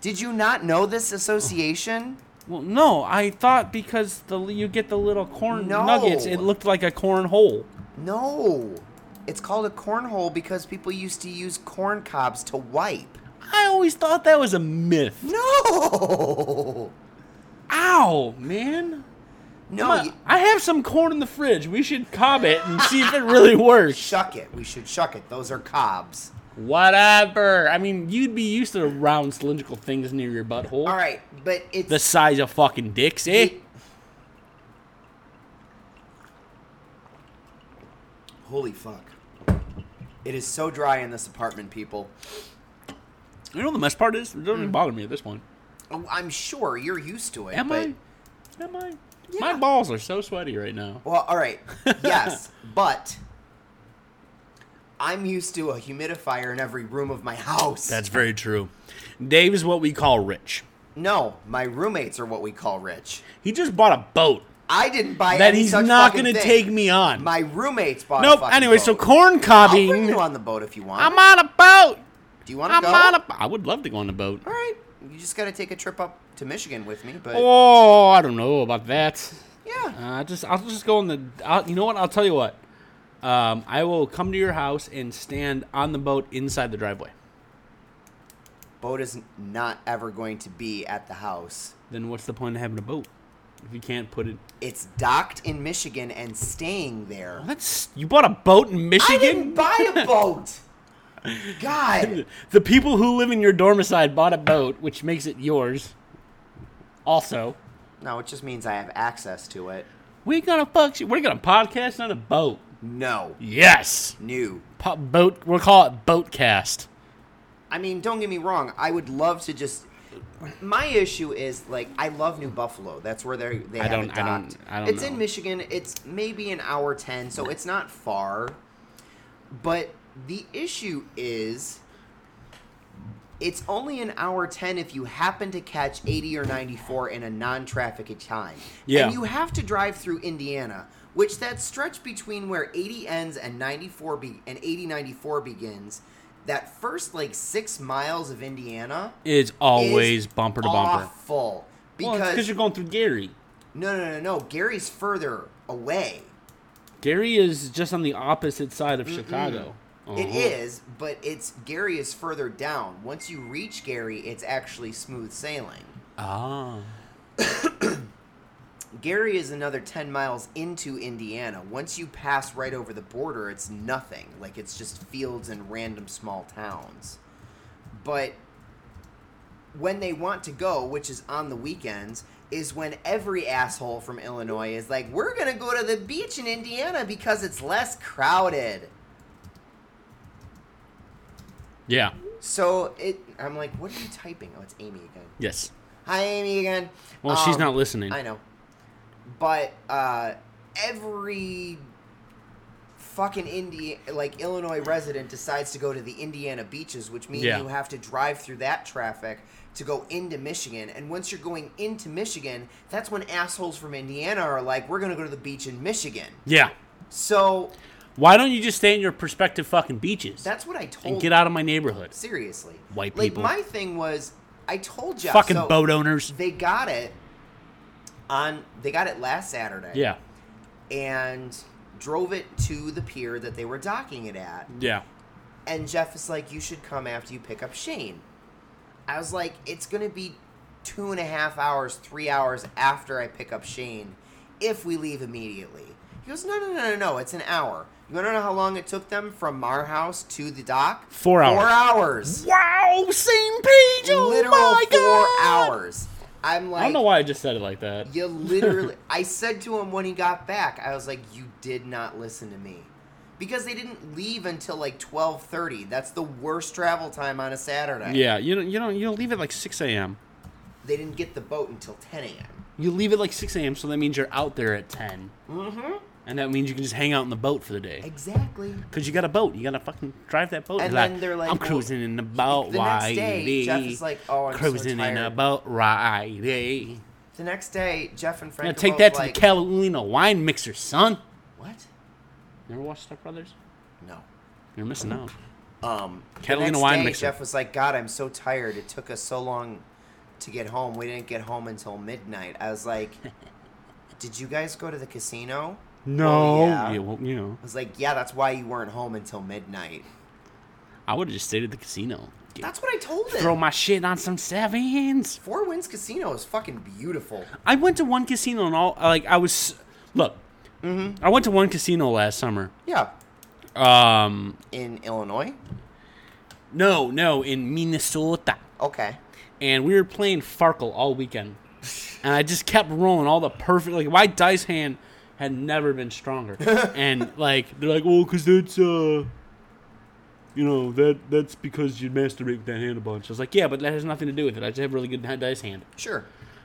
D: Did you not know this association?
C: Well, no, I thought because the you get the little corn
D: No.
C: nuggets, it looked like a corn hole.
D: No. It's called a cornhole because people used to use corn cobs to wipe.
C: I always thought that was a myth.
D: No.
C: Ow, man.
D: No.
C: Come on,
D: you,
C: I have some corn in the fridge. We should cob it and see if it really works.
D: shuck it. We should shuck it. Those are cobs.
C: Whatever. I mean, you'd be used to the round cylindrical things near your butthole.
D: All right, but it's
C: The size of fucking dicks, eh?
D: it- Holy fuck. It is so dry in this apartment, people.
C: You know the best part is? It doesn't even bother me at this point.
D: Oh, I'm sure you're used to it.
C: Mm. Am
D: but,
C: I? Am I? My balls are so sweaty right now.
D: Well, all right. Yes, but I'm used to a humidifier in every room of my house.
C: very true. Dave is what we call rich.
D: no. My roommates are what we call rich.
C: He just bought a boat
D: I didn't buy
C: that
D: any
C: he's
D: such
C: not
D: fucking
C: going to
D: thing.
C: take me on.
D: My roommates bought. a
C: nope.
D: fucking
C: Anyway,
D: boat.
C: so corn
D: I'll bring
C: cobbing.
D: you on the boat if you want.
C: I'm on a boat.
D: Do you want to
C: I'm
D: go?
C: on a. I would love to go on a boat.
D: All right. You just got to take a trip up to Michigan with me, but
C: Oh, I don't know about that.
D: yeah.
C: Uh, just I'll just go on the. I'll, you know what? I'll tell you what. Um, I will come to your house and stand on the boat inside the driveway.
D: Boat is not ever going to be at the house.
C: Then what's the point of having a boat if you can't put it?
D: It's docked in Michigan and staying there.
C: That's you bought a boat in
D: I
C: Michigan.
D: didn't buy a boat. God.
C: the people who live in your dormicide bought a boat, which makes it yours. Also,
D: No, it just means I have access to it.
C: we gonna fuck. We're gonna podcast on a boat.
D: No.
C: Yes,
D: New.
C: po- boat. We'll call it Boatcast.
D: I mean, don't get me wrong. I would love to just. My issue is like I love New Buffalo. That's where they they
C: I
D: have
C: don't-
D: it
C: I don't-
D: docked.
C: I don't
D: it's
C: know.
D: in Michigan. It's maybe an hour ten, so it's not far. But the issue is, it's only an hour ten if you happen to catch eighty or ninety four in a non traffic time.
C: Yeah.
D: and you have to drive through Indiana, which that stretch between where 80 ends and 94 be- and 80 94 begins, that first like 6 miles of Indiana
C: Is always
D: is
C: bumper to bumper.
D: Awful.
C: Well, it's because
D: Because
C: you're going through Gary.
D: no, no, no, no. Gary's further away.
C: Gary is just on the opposite side of Chicago.
D: It
C: Uh-huh.
D: is, but it's Gary is further down. Once you reach Gary, it's actually smooth sailing.
C: Ah.
D: Gary is another 10 miles into Indiana. Once you pass right over the border, it's nothing. Like, it's just fields and random small towns. But when they want to go, which is on the weekends, is when every asshole from Illinois is like, we're going to go to the beach in Indiana because it's less crowded.
C: Yeah.
D: So it, I'm like, what are you typing? Oh, it's Amy again.
C: Yes.
D: Hi, Amy again. Um,
C: Well, she's not listening.
D: I know. But uh, every fucking Indi- like Illinois resident decides to go to the Indiana beaches, which means
C: Yeah.
D: you have to drive through that traffic to go into Michigan. And once you're going into Michigan, that's when assholes from Indiana are like, "We're going to go to the beach in Michigan."
C: Yeah.
D: So
C: Why don't you just stay in your prospective fucking beaches
D: that's what I told.
C: and get out of my neighborhood?
D: Seriously,
C: White
D: like,
C: people.
D: My thing was, I told you
C: fucking boat owners.
D: They got it on. They got it last Saturday.
C: Yeah.
D: and drove it to the pier that they were docking it at.
C: Yeah.
D: And Jeff is like, You should come after you pick up Shane. I was like, It's going to be two and a half hours, three hours after I pick up Shane if we leave immediately. He goes, No, no, no, no, no. It's an hour. You want to know how long it took them from our house to the dock?
C: Four hours. Oh
D: Four hours.
C: Wow, same page.
D: Literal four hours. I'm like,
C: I don't know why I just said it like that.
D: you literally. I said to him when he got back, I was like, "You did not listen to me," because they didn't leave until like twelve thirty. That's the worst travel time on a Saturday.
C: Yeah. You don't. You don't. You leave at like 6 a.m.
D: They didn't get the boat until ten a.m.
C: You leave at like 6 a.m. So that means you're out there at 10. Mm-hmm. And that means you can just hang out in the boat for the day.
D: Exactly.
C: Cause you got a boat, you gotta fucking drive that boat.
D: And
C: You're
D: then they're like,
C: "I'm
D: well,
C: cruising in the boat
D: the next day,
C: righty.
D: Jeff is like, "Oh, I'm so
C: cruising in a
D: tired."
C: boat righty."
D: The next day, Jeff and Frank.
C: Now
D: are
C: take
D: both
C: that to
D: like,
C: the Catalina wine mixer, son.
D: What?
C: Never watched Step Brothers?
D: No. Mm-hmm.
C: You're missing out.
D: Um, the
C: Catalina
D: next
C: wine
D: day,
C: mixer.
D: Jeff was like, "God, I'm so tired. It took us so long to get home. We didn't get home until midnight." I was like, "Did you guys go to the casino?" "Well, Oh, yeah."
C: Yeah, well, you know,
D: I was like, "Yeah, that's why you weren't home until midnight."
C: I would have just stayed at the casino.
D: That's what I told him.
C: Throw my shit on some sevens.
D: Four Winds Casino is fucking beautiful.
C: I went to one casino and all. Like I was, look,
D: Mm-hmm.
C: I went to one casino last summer.
D: Yeah,
C: Um,
D: in Illinois.
C: no, no, in Minnesota,
D: Okay.
C: and we were playing Farkle all weekend, and I just kept rolling all the perfect. Like my dice hand had never been stronger, and like they're like, well, because that's uh. You know that that's because you masturbate with that hand a bunch. I was like, yeah, but that has nothing to do with it. I just have a really good dice hand.
D: Sure.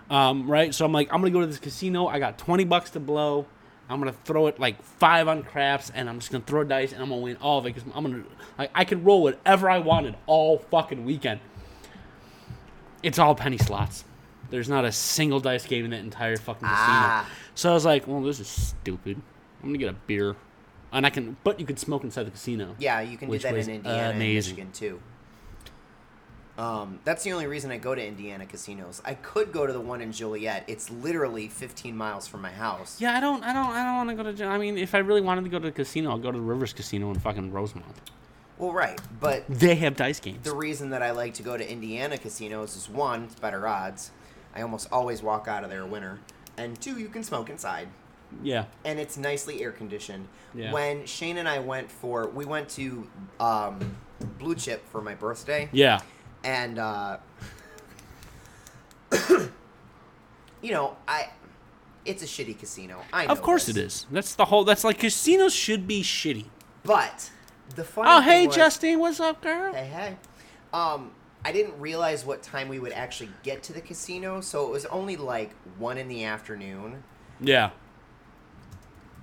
C: um, right? So I'm like, I'm gonna go to this casino. I got 20 bucks to blow. I'm gonna throw it like five on craps, and I'm just gonna throw dice, and I'm gonna win all of it because I'm gonna like I could roll whatever I wanted all fucking weekend. It's all penny slots. There's not a single dice game in that entire fucking casino.
D: Ah.
C: So I was like, well, this is stupid. I'm gonna get a beer, and I can, but you can smoke inside the casino.
D: Yeah, you can
C: Which
D: do that
C: was
D: in Indiana
C: amazing.
D: and Michigan too. Um, that's the only reason I go to Indiana casinos. I could go to the one in Joliet. It's literally 15 miles from my house.
C: Yeah, I don't, I don't, I don't want to go to. I mean, if I really wanted to go to the casino, I'll go to the Rivers Casino in fucking Rosemont.
D: Well, right, but
C: They have dice games.
D: the reason that I like to go to Indiana casinos is one, it's better odds. I almost always walk out of there a winner, and two, you can smoke inside.
C: Yeah.
D: and it's nicely air conditioned.
C: Yeah.
D: When Shane and I went for, we went to um, Blue Chip for my birthday,
C: Yeah.
D: and uh, you know, I, it's a shitty casino. I know
C: Of course
D: this.
C: it is. That's the whole. That's like casinos should be shitty.
D: But the funny.
C: Oh
D: thing
C: hey
D: was-
C: Justine, what's up, girl?
D: Hey hey, um, I didn't realize what time we would actually get to the casino, so it was only like one in the afternoon.
C: Yeah.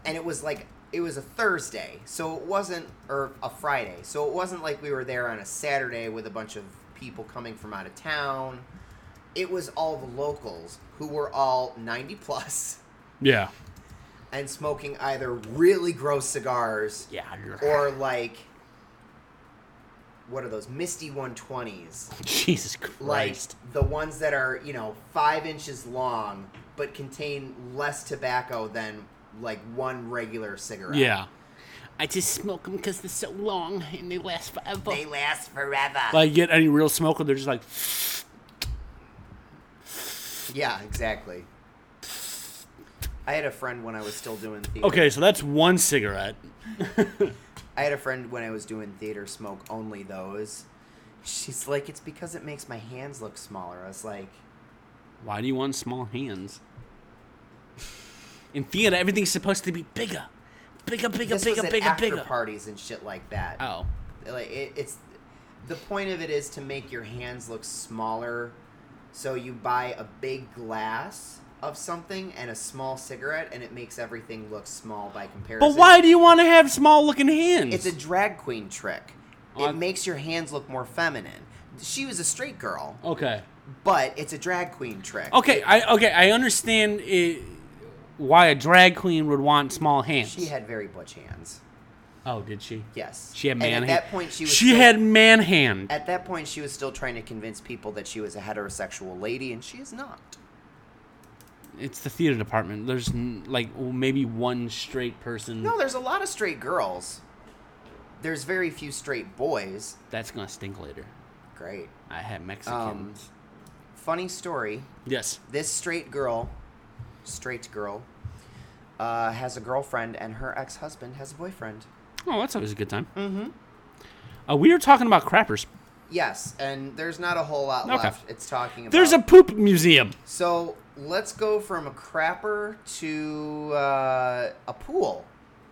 D: and it was like it was a Thursday, so it wasn't or a Friday, so it wasn't like we were there on a Saturday with a bunch of people coming from out of town. It was all the locals who were all 90 plus
C: Yeah.
D: and smoking either really gross cigars
C: Yeah.
D: or like what are those misty 120s?
C: Jesus
D: Like
C: Christ.
D: the ones that are, you know, 5 inches long but contain less tobacco than like one regular cigarette.
C: yeah. I just smoke them because they're so long and they last forever.
D: They last forever.
C: like get any real smoker, they're just like,
D: yeah, exactly. I had a friend when I was still doing theater.
C: okay, so that's one cigarette.
D: I had a friend when I was doing theater smoke only those. She's like, it's because it makes my hands look smaller. I was like,
C: Why do you want small hands? In theater, everything's supposed to be bigger, bigger, bigger,
D: this
C: bigger,
D: was at
C: bigger,
D: after
C: bigger.
D: parties and shit like that.
C: Oh.
D: Like it, it's the point of it is to make your hands look smaller. So you buy a big glass of something and a small cigarette, and it makes everything look small by comparison.
C: But why do you want to have small looking hands?
D: It's a drag queen trick.
C: Oh, I-
D: It makes your hands look more feminine. She was a straight girl,
C: okay.
D: but it's a drag queen trick.
C: Oh. Okay, I okay, I understand i why a drag queen would want small hands.
D: She had very butch hands.
C: oh, did she?
D: Yes.
C: She had
D: And
C: man hand-
D: at that point, she was.
C: She
D: still-
C: had man hand.
D: At that point, she was still trying to convince people that she was a heterosexual lady, and she is not.
C: It's the theater department. There's n- like maybe one straight person
D: No, there's a lot of straight girls. There's very few straight boys.
C: that's gonna stink later.
D: Great.
C: I had Mexicans.
D: Funny story.
C: yes.
D: this straight girl, straight girl, uh, has a girlfriend, and her ex-husband has a boyfriend.
C: Oh, that's always a good time. Mm-hmm. Uh, we were talking about crappers.
D: Yes, and there's not a whole lot
C: Okay.
D: left. It's talking about.
C: There's a poop museum.
D: So let's go from a crapper to uh, a pool.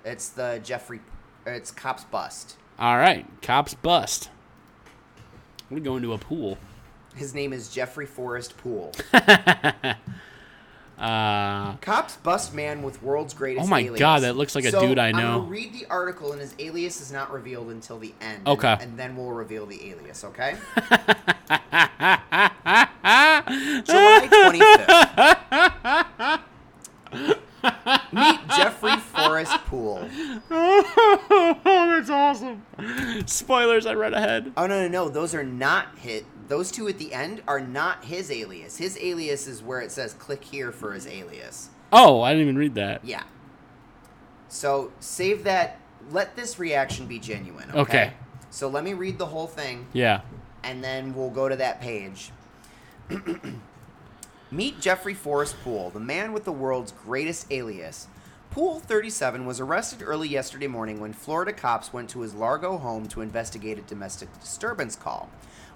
D: It's the Jeffrey. It's cops bust.
C: All right, cops bust. We're going to a pool.
D: His name is Jeffrey Forrest Pool.
C: Uh,
D: Cops bust man with world's greatest.
C: Oh my
D: alias.
C: God, that looks like a
D: So,
C: dude I
D: I'm
C: know.
D: gonna read the article, and his alias is not revealed until the end. and-
C: Okay.
D: And, then we'll reveal the alias. Okay.
C: Ah,
D: July 25th. Meet Jeffrey Forrest Pool.
C: oh, that's awesome. Spoilers, I read ahead.
D: Oh no no no! Those are not hit. Those two at the end are not his alias. His alias is where it says click here for his alias.
C: Oh, I didn't even read that.
D: Yeah. So save that. Let this reaction be genuine. Okay.
C: Okay.
D: So let me read the whole thing,
C: Yeah.
D: and then we'll go to that page. Meet Jeffrey Forrest Poole, the man with the world's greatest alias. Poole, 37, was arrested early yesterday morning when Florida cops went to his Largo home to investigate a domestic disturbance call.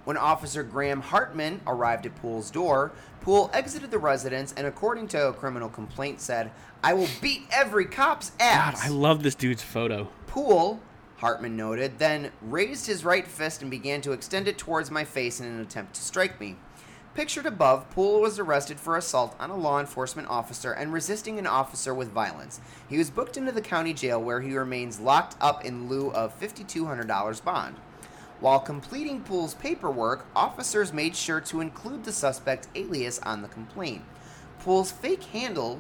D: When Officer Graham Hartman arrived at Poole's door, Poole exited the residence and, according to a criminal complaint, said, I will beat every cop's
C: God,
D: ass.
C: I love this dude's photo.
D: Poole, Hartman noted, then raised his right fist and began to extend it towards my face in an attempt to strike me. Pictured above, Poole was arrested for assault on a law enforcement officer and resisting an officer with violence. He was booked into the county jail where he remains locked up in lieu of $5,200 bond. While completing Poole's paperwork, officers made sure to include the suspect's alias on the complaint. Poole's fake handle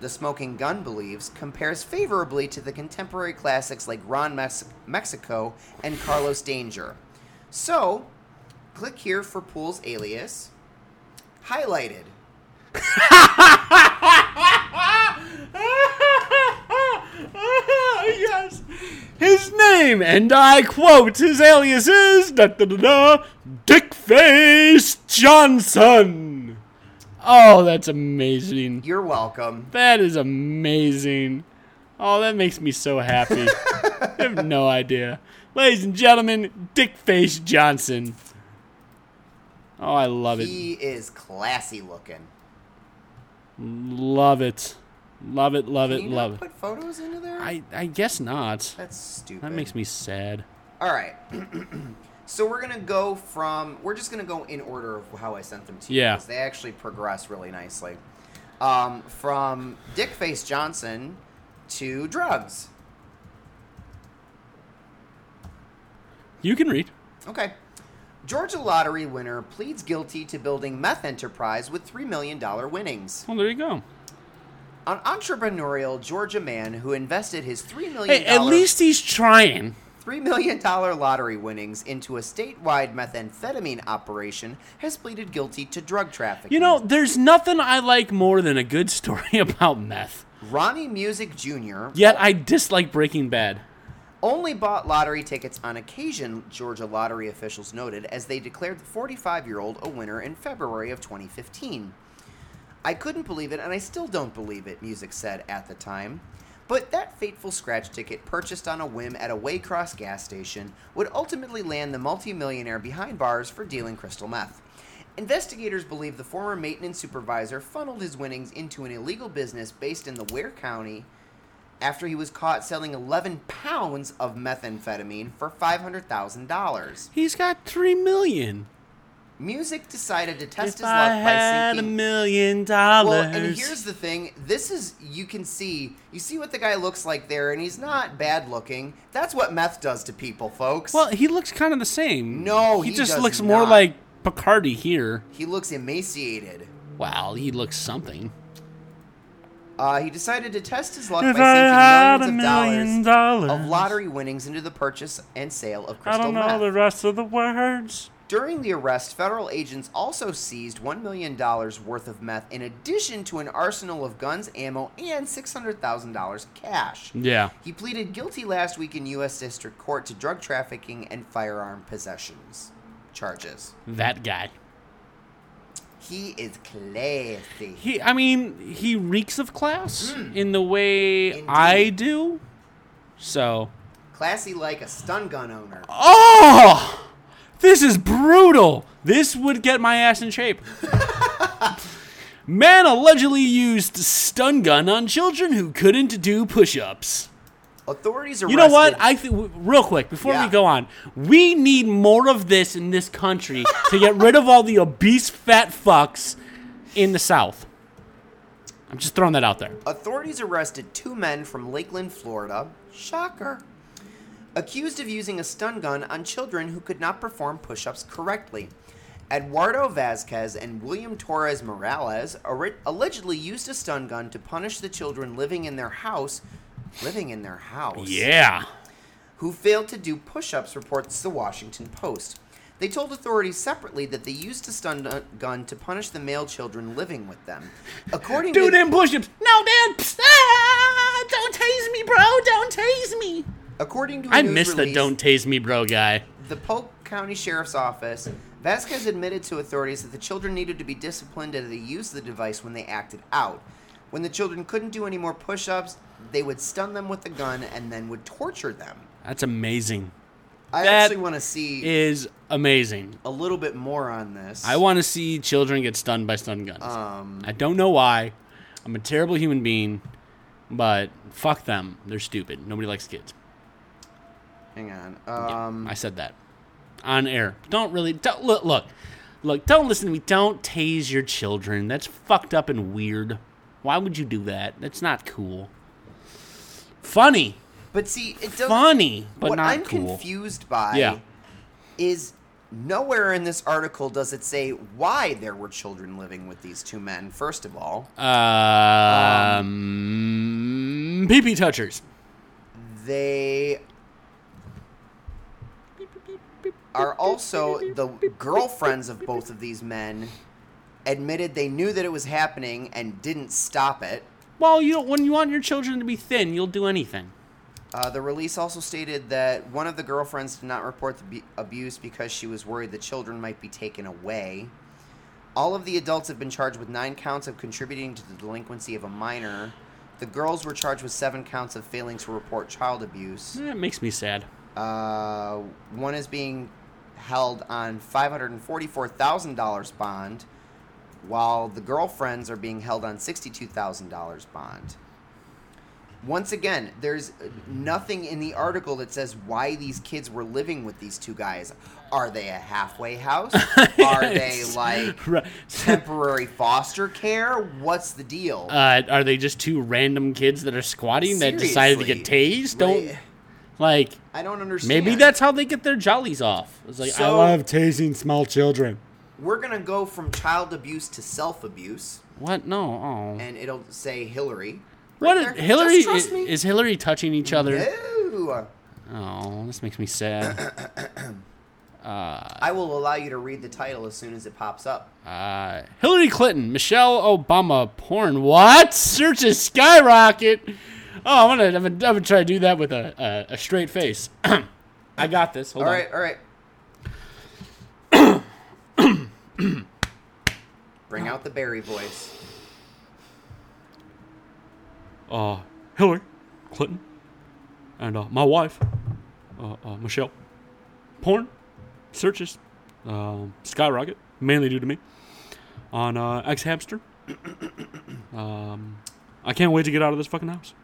D: the Smoking Gun believes compares favorably to the contemporary classics like Ron Mex- Mexico and Carlos Danger. So, click here for Pool's alias. Highlighted.
C: yes. His name, and I quote, his alias is da, da, da, da, Dickface Johnson. Oh, that's amazing.
D: You're welcome.
C: That is amazing. Oh, that makes me so happy. I have no idea. Ladies and gentlemen, Dickface Johnson. Oh, I love it.
D: He is classy looking.
C: Love it. Love it, love
D: Can
C: it,
D: you
C: love
D: not
C: it.
D: put photos into there?
C: I, I guess not.
D: That's stupid.
C: That makes me sad.
D: All right. so we're gonna go from. We're just gonna go in order of how I sent them to you.
C: Yeah.
D: 'cause They actually progress really nicely. Um, from Dickface Johnson to drugs.
C: You can read.
D: Okay. Georgia lottery winner pleads guilty to building meth enterprise with $3 million winnings.
C: Well, there you go.
D: An entrepreneurial Georgia man who invested his $3 million,
C: Hey, at least he's trying.
D: $3 million lottery winnings into a statewide methamphetamine operation has pleaded guilty to drug trafficking.
C: You know, there's nothing I like more than a good story about meth.
D: Ronnie Music Jr.
C: Yet I dislike Breaking Bad.
D: only bought lottery tickets on occasion, Georgia lottery officials noted, as they declared the 45 year old a winner in February of 2015. I couldn't believe it, and I still don't believe it, Music said at the time. But that fateful scratch ticket, purchased on a whim at a Waycross gas station, would ultimately land the multimillionaire behind bars for dealing crystal meth. Investigators believe the former maintenance supervisor funneled his winnings into an illegal business based in the Ware County after he was caught selling 11 pounds of methamphetamine for $500,000.
C: He's got three million.
D: Music decided to
C: If
D: test his
C: I
D: luck by
C: had a
D: sinking.
C: million dollars.
D: Well, and here's the thing. This is you can see you see what the guy looks like there, and he's not bad looking. That's what meth does to people, folks.
C: Well, he looks kind of the same.
D: No,
C: he,
D: he
C: just
D: does
C: looks more
D: not.
C: like Picardi here.
D: he looks emaciated.
C: Wow, he looks something.
D: Uh, he decided to test his luck
C: If I
D: by
C: had
D: sinking
C: a million
D: millions of dollars,
C: dollars.
D: of lottery winnings into the purchase and sale of
C: I
D: crystal
C: don't know
D: meth.
C: the rest of the words.
D: During the arrest, federal agents also seized $1 million worth of meth in addition to an arsenal of guns, ammo, and $600,000 cash.
C: Yeah.
D: He pleaded guilty last week in U.S. District Court to drug trafficking and firearm possessions charges.
C: That guy.
D: He is classy.
C: He, I mean, he reeks of class
D: Hmm.
C: in the way I do. So,
D: Classy like a stun gun owner.
C: oh, this is brutal. This would get my ass in shape. Man allegedly used stun gun on children who couldn't do push-ups.
D: Authorities arrested.
C: You know what? I think w- real quick before
D: Yeah.
C: we go on, we need more of this in this country to get rid of all the obese fat fucks in the South. I'm just throwing that out there.
D: Authorities arrested two men from Lakeland, Florida. Shocker. Accused of using a stun gun on children who could not perform push ups correctly. Eduardo Vasquez and William Torres Morales ar- allegedly used a stun gun to punish the children living in their house. Living in their house?
C: Yeah.
D: who failed to do push ups, reports the Washington Post. They told authorities separately that they used a stun gun to punish the male children living with them. According
C: Do
D: to
C: them push-ups. No, Dan. Psst. Ah, don't tase me, bro. Don't tase me.
D: according to a
C: I
D: news
C: miss the
D: release,
C: don't tase me, bro guy.
D: the Polk County Sheriff's Office, Vasquez admitted to authorities that the children needed to be disciplined as they used the device when they acted out. When the children couldn't do any more push ups, they would stun them with a gun and then would torture them.
C: That's amazing.
D: I
C: That
D: actually want to see
C: Is amazing.
D: a little bit more on this.
C: I want to see children get stunned by stun guns.
D: Um,
C: I don't know why. I'm a terrible human being, but fuck them. They're stupid. Nobody likes kids.
D: hang on.
C: Yeah,
D: Um,
C: I said that on air. Don't really don't look look look. Don't listen to me. Don't tase your children. That's fucked up and weird. Why would you do that? That's not cool. Funny,
D: but see, it doesn't.
C: funny, but
D: what
C: not
D: I'm
C: cool.
D: confused by
C: Yeah.
D: is nowhere in this article does it say why there were children living with these two men. First of all,
C: Um, pee pee touchers.
D: they are also the girlfriends of both of these men. Admitted they knew that it was happening and didn't stop it.
C: Well, you don't, when you want your children to be thin, you'll do anything.
D: Uh, the release also stated that one of the girlfriends did not report the bu- abuse because she was worried the children might be taken away. All of the adults have been charged with nine counts of contributing to the delinquency of a minor. The girls were charged with seven counts of failing to report child abuse.
C: That makes me sad.
D: Uh, one is being held on $544,000 bond, while the girlfriends are being held on $62,000 bond. Once again, there's uh, nothing in the article that says why these kids were living with these two guys. Are they a halfway house? Are they
C: Yes.
D: like
C: Right.
D: temporary foster care? What's the deal?
C: Uh, are they just two random kids that are squatting that decided to get tased?
D: Seriously.
C: Don't
D: Like,
C: like.
D: I don't understand.
C: Maybe that's how they get their jollies off. It's like
D: So-
C: I love tasing small children.
D: we're gonna go from child abuse to self abuse,
C: What? No. Oh.
D: and it'll say Hillary.
C: What?
D: there.
C: Hillary
D: Just trust
C: is,
D: me.
C: is Hillary touching each other?
D: No,
C: Oh, this makes me sad.
D: I will allow you to read the title as soon as it pops up.
C: Uh, Hillary Clinton, Michelle Obama, porn. What? Searches skyrocket. Oh, I'm gonna, I'm gonna, I'm gonna try to do that with a, a, a straight face. I got this. Hold
D: all
C: on.
D: right, all right. Bring out the Barry voice.
C: uh, Hillary Clinton and uh, my wife, uh, uh, Michelle. Porn searches um, skyrocket, mainly due to me, on uh, X Hamster. um, I can't wait to get out of this fucking house.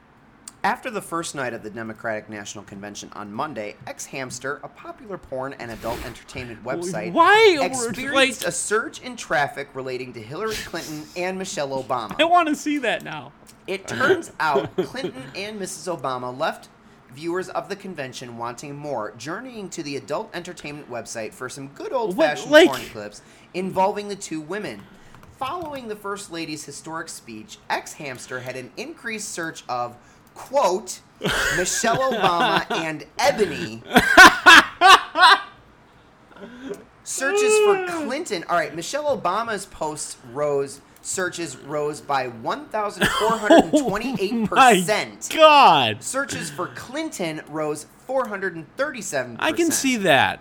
D: After the first night of the Democratic National Convention on Monday, X Hamster, a popular porn and adult entertainment website,
C: Why were-
D: experienced
C: like-
D: a surge in traffic relating to Hillary Clinton and Michelle Obama.
C: I want to see that now.
D: It turns out Clinton and Mrs. Obama left viewers of the convention wanting more, journeying to the adult entertainment website for some good old fashioned
C: like-
D: porn clips involving the two women. Following the First Lady's historic speech, X Hamster had an increased search of, quote, Michelle Obama and Ebony. Searches for Clinton. All right, Michelle Obama's posts rose, searches rose by
C: Oh
D: 1,428%.
C: God.
D: Searches for Clinton rose 437%.
C: I can see that.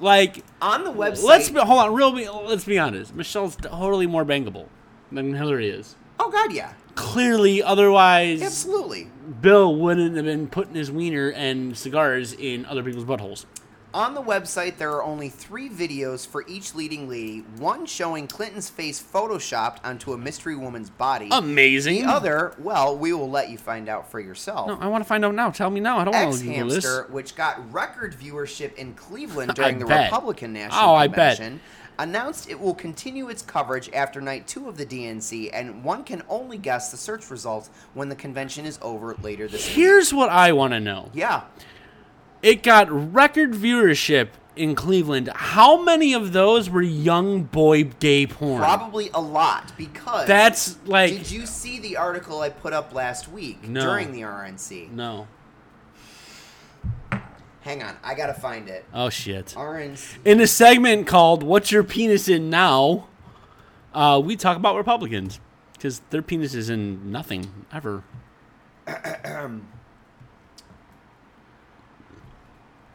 C: Like,
D: On the website.
C: let's be, hold on, real. Be, let's be honest. Michelle's totally more bangable than Hillary is.
D: oh, God, yeah.
C: Clearly, otherwise,
D: Absolutely.
C: Bill wouldn't have been putting his wiener and cigars in other people's buttholes.
D: On the website, there are only three videos for each leading lady one showing Clinton's face photoshopped onto a mystery woman's body.
C: Amazing.
D: the other, well, we will let you find out for yourself.
C: No, I want to find out now. Tell me now. I don't want
D: X
C: to Google this.
D: Hamster, which got record viewership in Cleveland during the
C: bet.
D: Republican National
C: Oh, I bet.
D: Convention, announced it will continue its coverage after night two of the DNC, and one can only guess the search results when the convention is over later this week.
C: Here's what I want to know.
D: Yeah.
C: It got record viewership in Cleveland. How many of those were young boy gay porn?
D: Probably a lot because
C: That's like
D: Did you see the article I put up last week
C: No.
D: during the RNC?
C: no.
D: Hang on, I gotta find it.
C: Oh shit.
D: RNC.
C: In a segment called "What's Your Penis in Now," uh, we talk about Republicans because their penis is in nothing ever.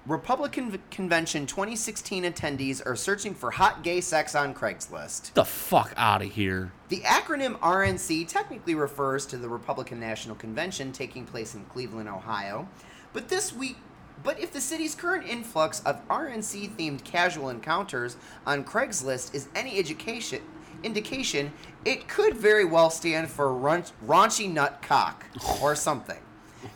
D: Republican v- convention 2016 attendees are searching for hot gay sex on Craigslist.
C: the fuck out of here.
D: The acronym RNC technically refers to the Republican National Convention taking place in Cleveland, Ohio, but this week but if the city's current influx of RNC themed casual encounters on Craigslist is any education indication, it could very well stand for raunch, raunchy nut cock or something.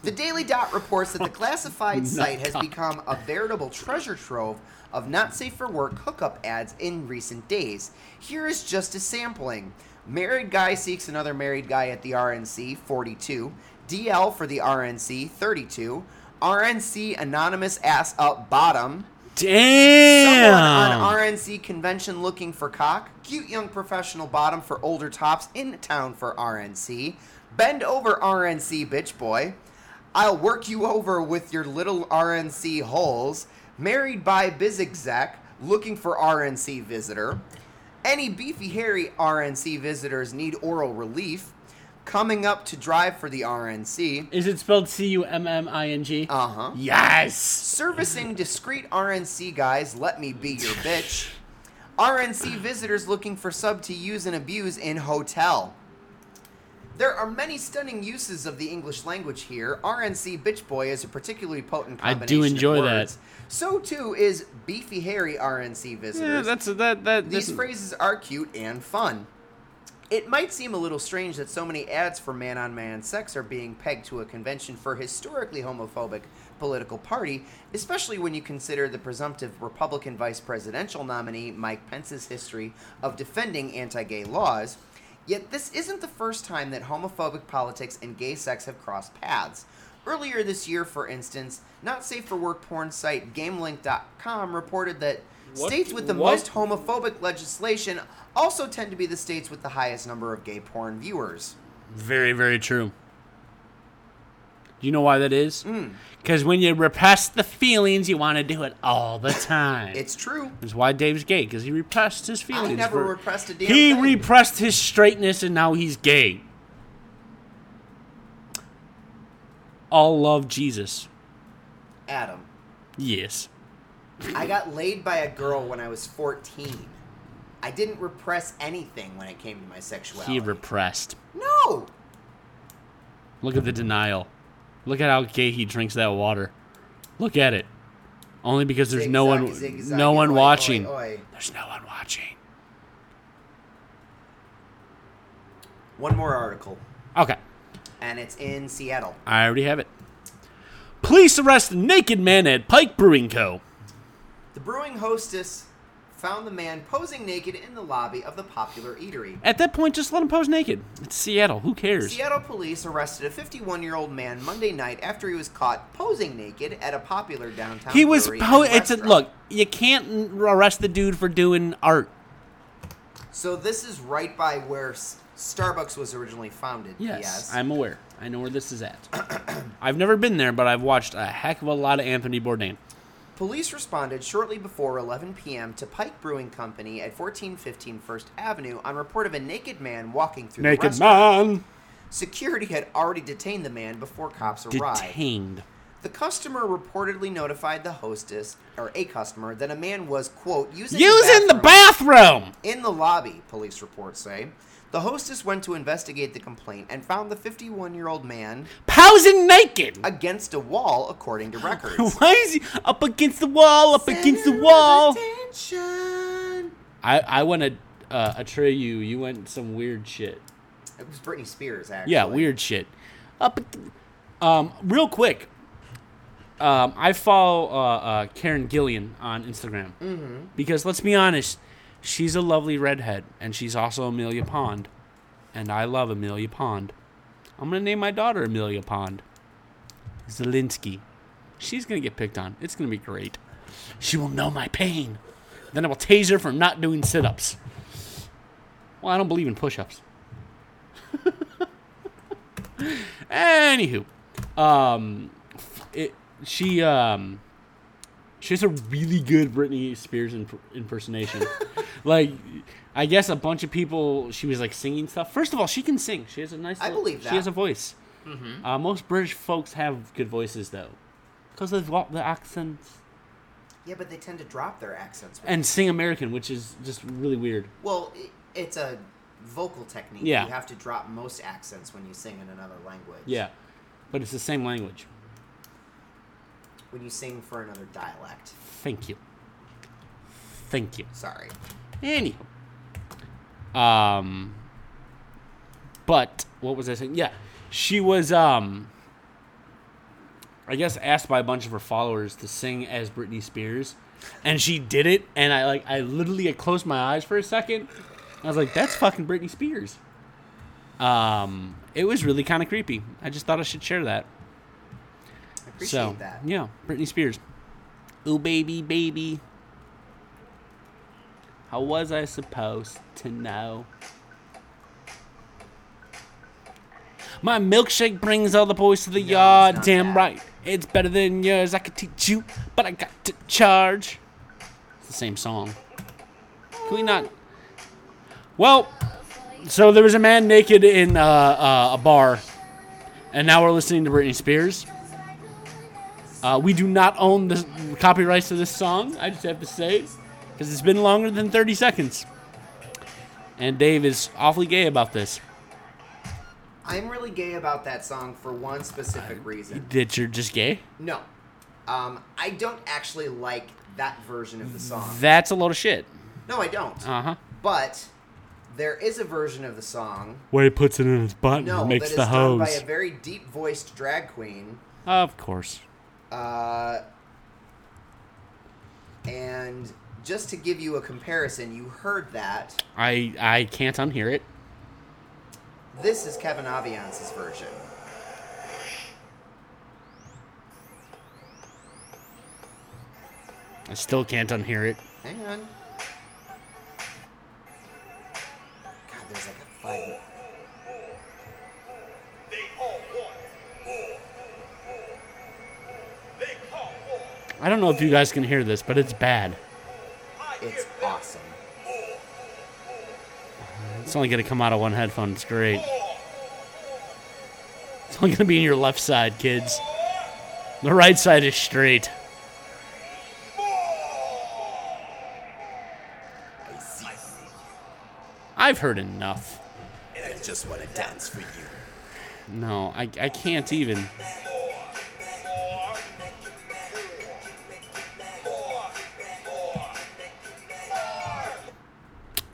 D: The Daily Dot reports that the classified site has become a veritable treasure trove of not safe for work hookup ads in recent days. Here is just a sampling. Married guy seeks another married guy at the RNC 42, DL for the RNC 32, RNC anonymous ass up bottom, Someone on
C: Damn.
D: RNC convention looking for cock. Cute young professional bottom for older tops in town for RNC. Bend over RNC bitch boy. I'll work you over with your little RNC holes. Married by biz exec looking for RNC visitor. Any beefy hairy RNC visitors need oral relief. Coming up to drive for the RNC.
C: Is it spelled C U M M I N G?
D: Uh huh.
C: Yes.
D: Servicing discreet RNC guys, let me be your bitch. RNC visitors looking for sub to use and abuse in hotel. There are many stunning uses of the English language here. RNC bitch boy is a particularly potent
C: I do
D: combination of
C: enjoy that.
D: words. So too is beefy hairy RNC visitors.
C: Yeah, that's that that.
D: These
C: that's-
D: phrases are cute and fun. It might seem a little strange that so many ads for man on man sex are being pegged to a convention for historically homophobic political party, especially when you consider the presumptive Republican vice presidential nominee Mike Pence's history of defending anti gay laws. Yet this isn't the first time that homophobic politics and gay sex have crossed paths. Earlier this year, for instance, not safe for work porn site GameLink.com reported that
C: What-
D: states with the
C: what?
D: most homophobic legislation also tend to be the states with the highest number of gay porn viewers.
C: Very, very true. You know why that is?
D: Hmm.
C: Because when you repress the feelings, you want to do it all the time.
D: It's true.
C: That's why Dave's gay, because he repressed his feelings.
D: never
C: for-
D: repressed a damn
C: He
D: thing.
C: repressed his straightness, and now he's gay. All love Jesus.
D: Adam,
C: Yes.
D: I got laid by a girl when I was 14. I didn't repress anything when it came to my sexuality.
C: He repressed.
D: no!
C: Look at the denial. Look at how gay he drinks that water. Look at it. Only because there's no
D: Zigzag,
C: one,
D: zigzag,
C: no one
D: oi, oi,
C: watching.
D: oi.
C: There's no one watching.
D: One more article,
C: Okay,
D: and it's in Seattle.
C: I already have it. Police arrest naked man at Pike Brewing Co.
D: The brewing hostess found the man posing naked in the lobby of the popular eatery.
C: At that point, just let him pose naked. It's Seattle. Who cares?
D: Seattle police arrested a 51 year old man Monday night after he was caught posing naked at a popular downtown.
C: He was.
D: brewery
C: Po-
D: and
C: it's a,
D: restaurant.
C: look. You can't n- arrest the dude for doing art.
D: So this is right by where S- Starbucks was originally founded. Yes.
C: I'm aware. I know where this is at. I've never been there, but I've watched a heck of a lot of Anthony Bourdain.
D: Police responded shortly before 11 p.m. to Pike Brewing Company at 1415 First Avenue on report of a naked man walking through the
C: Naked
D: restaurant.
C: man
D: Security had already detained the man before cops arrived.
C: detained.
D: The customer reportedly notified the hostess or a customer that a man was quote using
C: Using the
D: bathroom
C: bathroom.
D: In the lobby, police reports say, the hostess went to investigate the complaint and found the 51 year old man
C: Posing naked.
D: against a wall, according to records.
C: Why is he up against the wall? Up against the wall.
D: Attention.
C: I I want to uh, betray you. You went some weird shit.
D: It was Britney Spears, actually.
C: Yeah, weird shit. Up, um, real quick. Um, I follow uh, uh, Karen Gillian on Instagram mm-hmm. because let's be honest, she's a lovely redhead and she's also Amelia Pond, and I love Amelia Pond. I'm gonna name my daughter Amelia Pond. Zelinsky. She's gonna get picked on. It's gonna be great. She will know my pain. Then I will tase her for not doing sit-ups. Well, I don't believe in push-ups. Anywho, um, f- it, she um, She has a really good Britney Spears imp- impersonation. like, I guess a bunch of people. She was like singing stuff. First of all, she can sing. She has a nice.
D: I believe
C: She
D: that. Mm-hmm.
C: has a voice. Uh, most British folks have good voices though, because they've got the accents
D: Yeah, but they tend to drop their accents.
C: and sing American, which is just really weird.
D: Well, i- it's a vocal technique.
C: Yeah.
D: You have to drop most accents when you sing in another language.
C: Yeah, but it's the same language.
D: When you sing for another dialect.
C: Thank you. Thank you.
D: Sorry.
C: Anywho. Um But what was I saying? Yeah. She was um I guess asked by a bunch of her followers to sing as Britney Spears. And she did it and I like I literally I closed my eyes for a second. I was like, that's fucking Britney Spears. Um it was really kinda creepy. I just thought I should share that.
D: I appreciate
C: so
D: that.
C: yeah, Britney Spears. Ooh baby baby. How was I supposed to know? My milkshake brings all the boys to the
D: No, it's
C: yard.
D: not
C: Damn
D: that.
C: right, it's better than yours. I could teach you, but I got to charge. It's the same song. Can we not? Well, so there was a man naked in uh, uh, a bar, and now we're listening to Britney Spears. Uh, we do not own the copyrights to this song. I just have to say, because it's been longer than 30 seconds, and Dave is awfully gay about this.
D: I'm really gay about that song for one specific reason.
C: That you're just gay.
D: No. Um, I don't actually like that version of the song.
C: That's a load of shit.
D: No, I don't.
C: Uh huh.
D: But there is a version of the song.
C: Where he puts it in his butt and
D: No,
C: makes
D: that
C: the
D: is done by a
C: hose.
D: very deep voiced drag queen.
C: Of course.
D: Uh, and just to give you a comparison, you heard that.
C: I I can't unhear it.
D: This is Kevin Aviance's version.
C: I still can't unhear it.
D: Hang on. God, there's like a five.
E: They all want war. They call war.
C: I don't know if you guys can hear this, but it's bad.
E: I
D: It's
E: give them
D: awesome.
C: It's only gonna come out of one headphone. It's great.
E: war.
C: It's only gonna be in your left side, kids. The right side is straight. I've heard enough.
D: I just want to dance for you.
C: No, I, I can't even.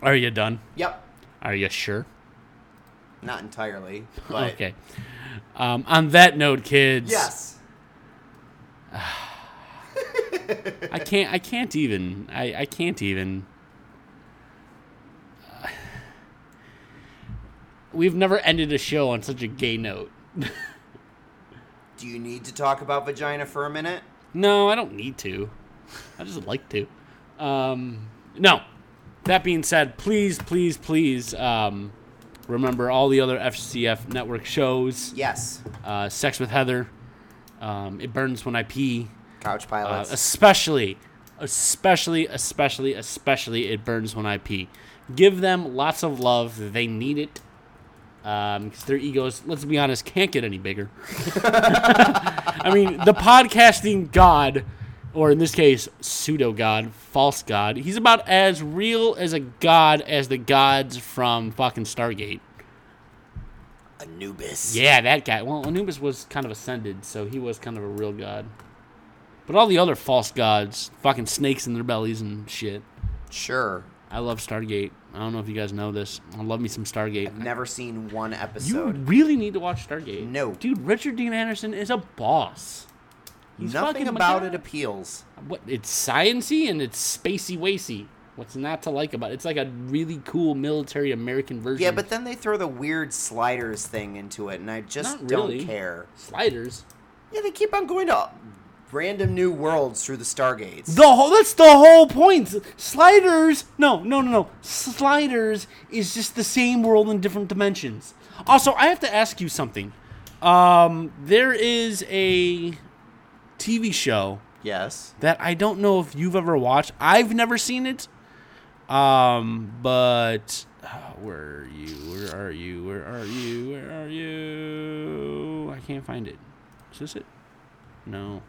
C: Are you done?
D: Yep.
C: Are you sure?
D: Not entirely, but
C: Okay. Um, on that note, kids.
D: yes.
C: I can't. I can't even. I. I can't even. We've never ended a show on such a gay note.
D: Do you need to talk about vagina for a minute?
C: No, I don't need to. I just like to. Um, no. That being said, please, please, please um, remember all the other FCF network shows.
D: Yes.
C: Uh, Sex with Heather. Um, it burns when I pee.
D: Couch
C: Uh,
D: pilots.
C: especially, especially, especially, especially, it burns when I pee. Give them lots of love. They need it. Um, 'cause their egos, let's be honest, can't get any bigger. I mean, the podcasting god, or in this case, pseudo god, false god, he's about as real as a god as the gods from fucking Stargate.
D: Anubis.
C: Yeah, that guy. Well, Anubis was kind of ascended, so he was kind of a real god. But all the other false gods, fucking snakes in their bellies and shit.
D: Sure.
C: I love Stargate. I don't know if you guys know this. I love me some Stargate.
D: Never seen one
C: You
D: episode.
C: really need to watch Stargate.
D: No.
C: dude, Richard Dean Anderson is a boss. He's
D: Nothing
C: fucking a
D: about
C: god.
D: it appeals.
C: What it's sciency and it's spacey wacy. What's not to like about it? It's like a really cool military American version.
D: Yeah, but then they throw the weird sliders thing into it, and I just
C: Not
D: don't
C: really.
D: care.
C: sliders.
D: Yeah, they keep on going to random new worlds through the Stargates.
C: The whole that's the whole point. Sliders. No, no, no, no. Sliders is just the same world in different dimensions. Also, I have to ask you something. Um, there is a TV show
D: Yes.
C: that I don't know if you've ever watched. I've never seen it. Um, but uh, where are you? Where are you? Where are you? Where are you? I can't find it. Is this it? No.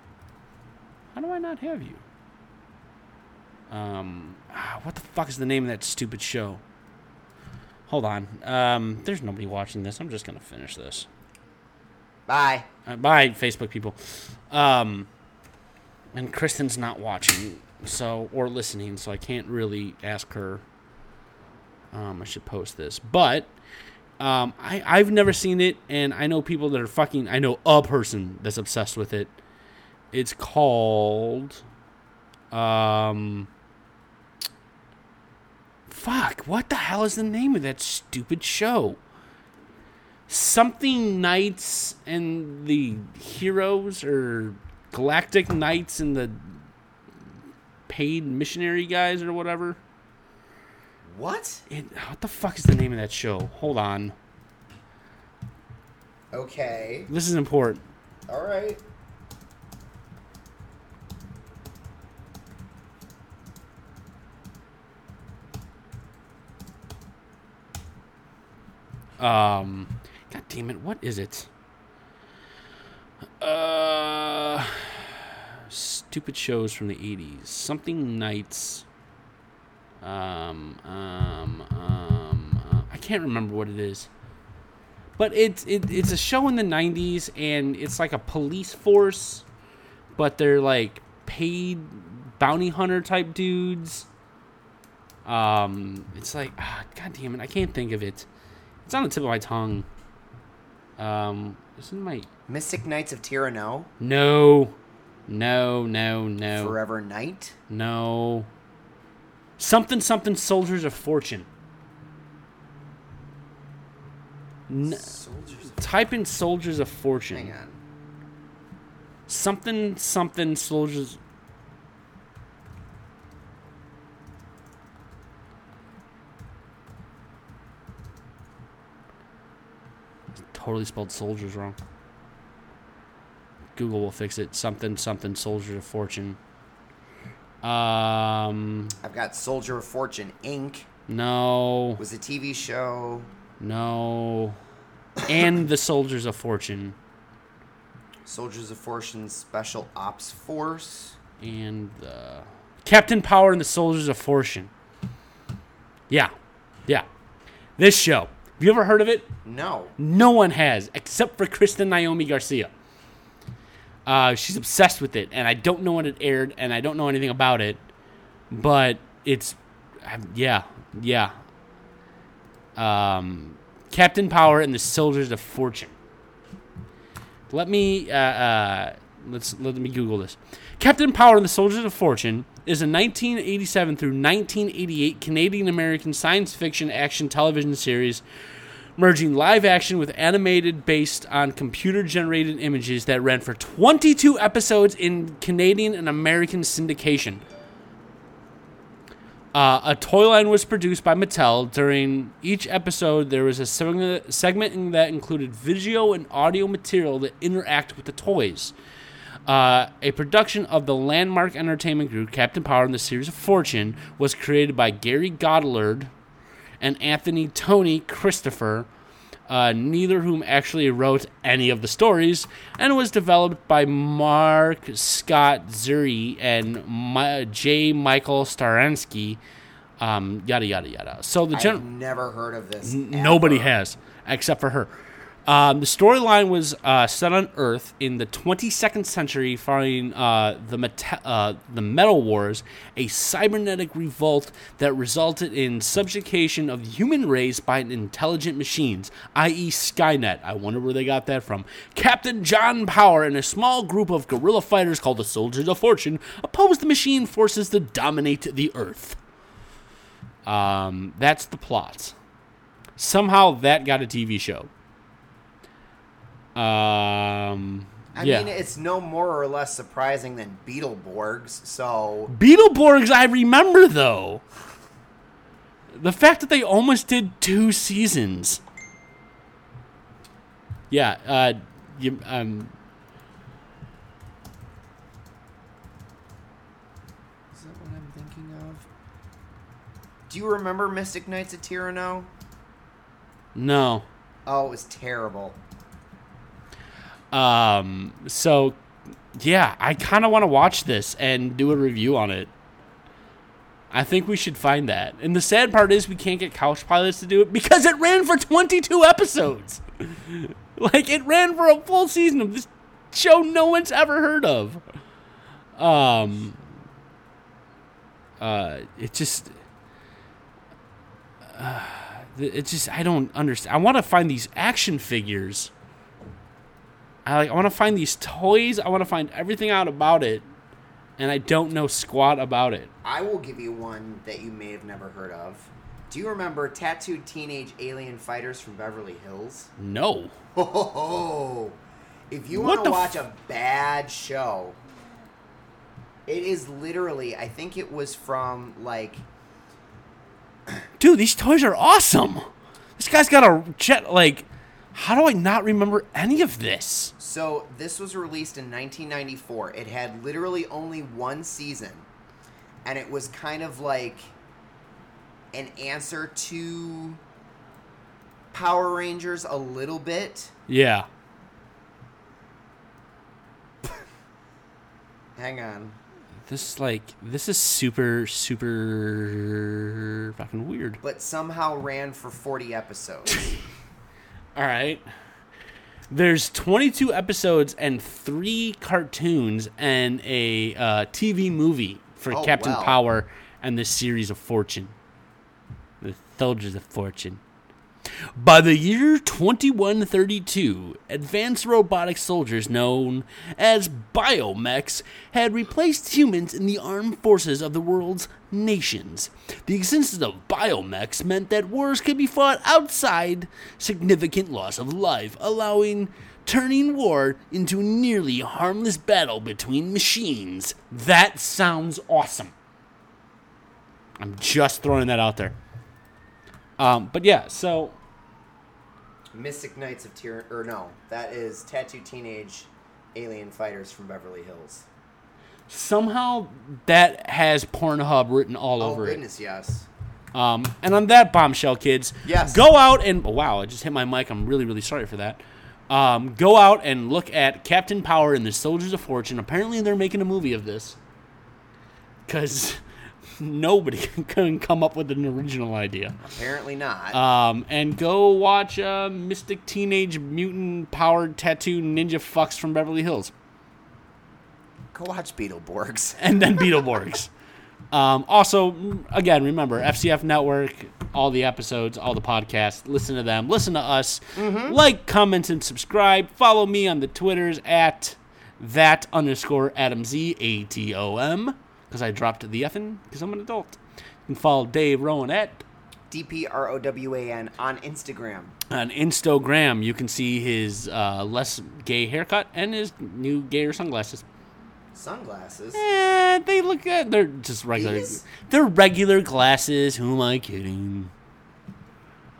C: How do I not have you? Um, ah, what the fuck is the name of that stupid show? Hold on. Um, there's nobody watching this. I'm just gonna finish this.
D: Bye.
C: Uh, bye, Facebook people. Um, and Kristen's not watching, so or listening, so I can't really ask her. Um, I should post this, but um, I I've never seen it, and I know people that are fucking. I know a person that's obsessed with it. It's called, um, fuck. What the hell is the name of that stupid show? something knights and the heroes or galactic knights and the paid missionary guys or whatever
D: What?
C: it, what the fuck is the name of that show hold on
D: Okay.
C: this is important
D: All right.
C: um god damn it what is it uh stupid shows from the 80s something knights um um um uh, i can't remember what it is but it's it, it's a show in the 90s and it's like a police force but they're like paid bounty hunter type dudes um it's like ah, god damn it i can't think of it it's on the tip of my tongue um it's in my
D: Mystic Knights of Tyranno.
C: no no no no
D: Forever Knight.
C: no something something soldiers of fortune N-
D: Soldiers.
C: type in soldiers of fortune
D: Hang on.
C: something something soldiers totally spelled soldiers wrong google will fix it something something soldiers of fortune um
D: I've got Soldier of Fortune Inc.
C: no
D: was a TV show.
C: no and the soldiers of fortune
D: Soldiers of Fortune Special Ops Force.
C: and uh, Captain Power and the Soldiers of Fortune. Yeah, yeah. This show. Have you ever heard of it?
D: No.
C: No one has, except for Kristen Naomi Garcia. Uh, she's obsessed with it, and I don't know when it aired, and I don't know anything about it, but it's, I've- yeah, yeah. Um, Captain Power and the Soldiers of Fortune. Let me uh, uh, let's let me Google this. Captain Power and the Soldiers of Fortune is a 1987 through 1988 Canadian American science fiction action television series merging live action with animated based on computer generated images that ran for 22 episodes in Canadian and American syndication. Uh, a toy line was produced by Mattel. During each episode, there was a seg- segment in that included video and audio material that interact with the toys. Uh, a production of the Landmark Entertainment Group, Captain Power and the Series of Fortune, was created by Gary Goddard and Anthony Tony Christopher, uh, neither whom actually wrote any of the stories, and was developed by Mark Scott Zuri and Mi- J. Michael Staransky, um, yada yada yada. So the general
D: I've never heard of this.
C: Nobody
D: ever.
C: has, except for her. Um, the storyline was uh, set on Earth in the 22nd century, following uh, the Mete- uh, the Metal Wars, a cybernetic revolt that resulted in subjugation of the human race by intelligent machines, i.e., Skynet. I wonder where they got that from. Captain John Power and a small group of guerrilla fighters called the Soldiers of Fortune opposed the machine forces to dominate the Earth. Um, that's the plot somehow that got a TV show. Um,
D: I
C: yeah.
D: mean, it's no more or less surprising than Beetleborgs. So
C: Beetleborgs, I remember though. The fact that they almost did two seasons. Yeah, uh, you, um,
D: Is that what I'm thinking of? Do you remember Mystic Knights of Tyranno?
C: No.
D: Oh, it was terrible.
C: Um. So, yeah, I kind of want to watch this and do a review on it. I think we should find that. And the sad part is we can't get Couch Pilots to do it because it ran for 22 episodes. like it ran for a full season of this show no one's ever heard of. Um. Uh, it just. Uh, it just I don't understand. I want to find these action figures. I like I want to find these toys. I want to find everything out about it, and I don't know squat about it.
D: I will give you one that you may have never heard of. Do you remember tattooed teenage alien fighters from Beverly Hills?
C: No.
D: Ho ho ho! If you
C: What
D: want
C: the
D: to
C: f-
D: watch a bad show, it is literally. I think it was from like
C: Dude, these toys are awesome. This guy's got a jet like how do I not remember any of this?
D: So this was released in 1994. It had literally only one season, and it was kind of like an answer to Power Rangers a little bit.
C: Yeah.
D: Hang on.
C: This is like this is super super fucking weird.
D: But somehow ran for 40 episodes.
C: All right. There's 22 episodes and 3 cartoons and a uh, TV movie for
D: Oh,
C: Captain
D: wow.
C: Power and the series of Fortune. The Soldiers of Fortune. By the year 2132, advanced robotic soldiers known as biomechs had replaced humans in the armed forces of the world's nations. The existence of biomechs meant that wars could be fought outside significant loss of life, allowing turning war into a nearly harmless battle between machines. That sounds awesome. I'm just throwing that out there. Um, but yeah, so
D: Mystic Knights of Tyr or no, that is Tattoo Teenage Alien Fighters from Beverly Hills.
C: somehow that has Pornhub written all
D: Oh
C: over
D: goodness, yes.
C: it. Um, and on that bombshell, kids,
D: Yes.
C: go out and oh, wow, I just hit my mic. I'm really, really sorry for that. Um, go out and look at Captain Power and the Soldiers of Fortune. Apparently, they're making a movie of this because nobody can come up with an original idea.
D: Apparently not.
C: Um, and go watch uh, Mystic Teenage Mutant Powered Tattoo Ninja Fucks from Beverly Hills.
D: Go watch Beetleborgs.
C: and then Beetleborgs. Um, also, m- again, remember FCF Network, all the episodes, all the podcasts. Listen to them. Listen to us. Like, comment, and subscribe. Follow me on the Twitters at that underscore Adam Z A T O M because I dropped the effing because I'm an adult. You can follow Dave Rowan at
D: D P R O W A N on Instagram.
C: on Instagram. You can see his uh, less gay haircut and his new gayer sunglasses.
D: Sunglasses.
C: Eh, they look good. They're just regular.
D: These?
C: They're regular glasses. Who am I kidding?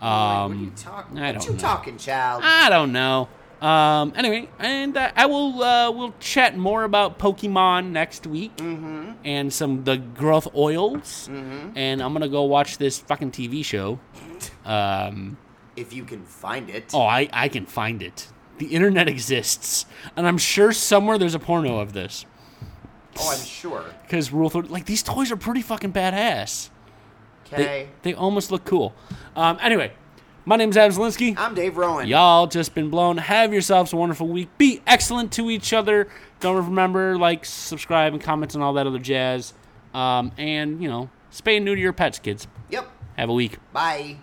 D: I'm like, what are you
C: Um,
D: talking?
C: I
D: What
C: don't
D: you
C: know. Ah.
D: talking, child?
C: I don't know. Um, anyway, and uh, I will. Uh, we'll chat more about Pokemon next week and some the growth oils. And I'm gonna go watch this fucking TV show. Um,
D: if you can find it.
C: oh, I I can find it. The internet exists, and I'm sure somewhere there's a porno of this.
D: Oh, I'm sure.
C: Because Rule 30, like these toys are pretty fucking badass.
D: Okay.
C: They, they almost look cool. Um, anyway, my name's Adam Zelinsky.
D: I'm Dave Rowan.
C: Y'all just been blown. Have yourselves a wonderful week. Be excellent to each other. Don't remember like, subscribe, and comments, and all that other jazz. Um, and you know, spay and neuter your pets, kids.
D: Yep.
C: Have a week.
D: Bye.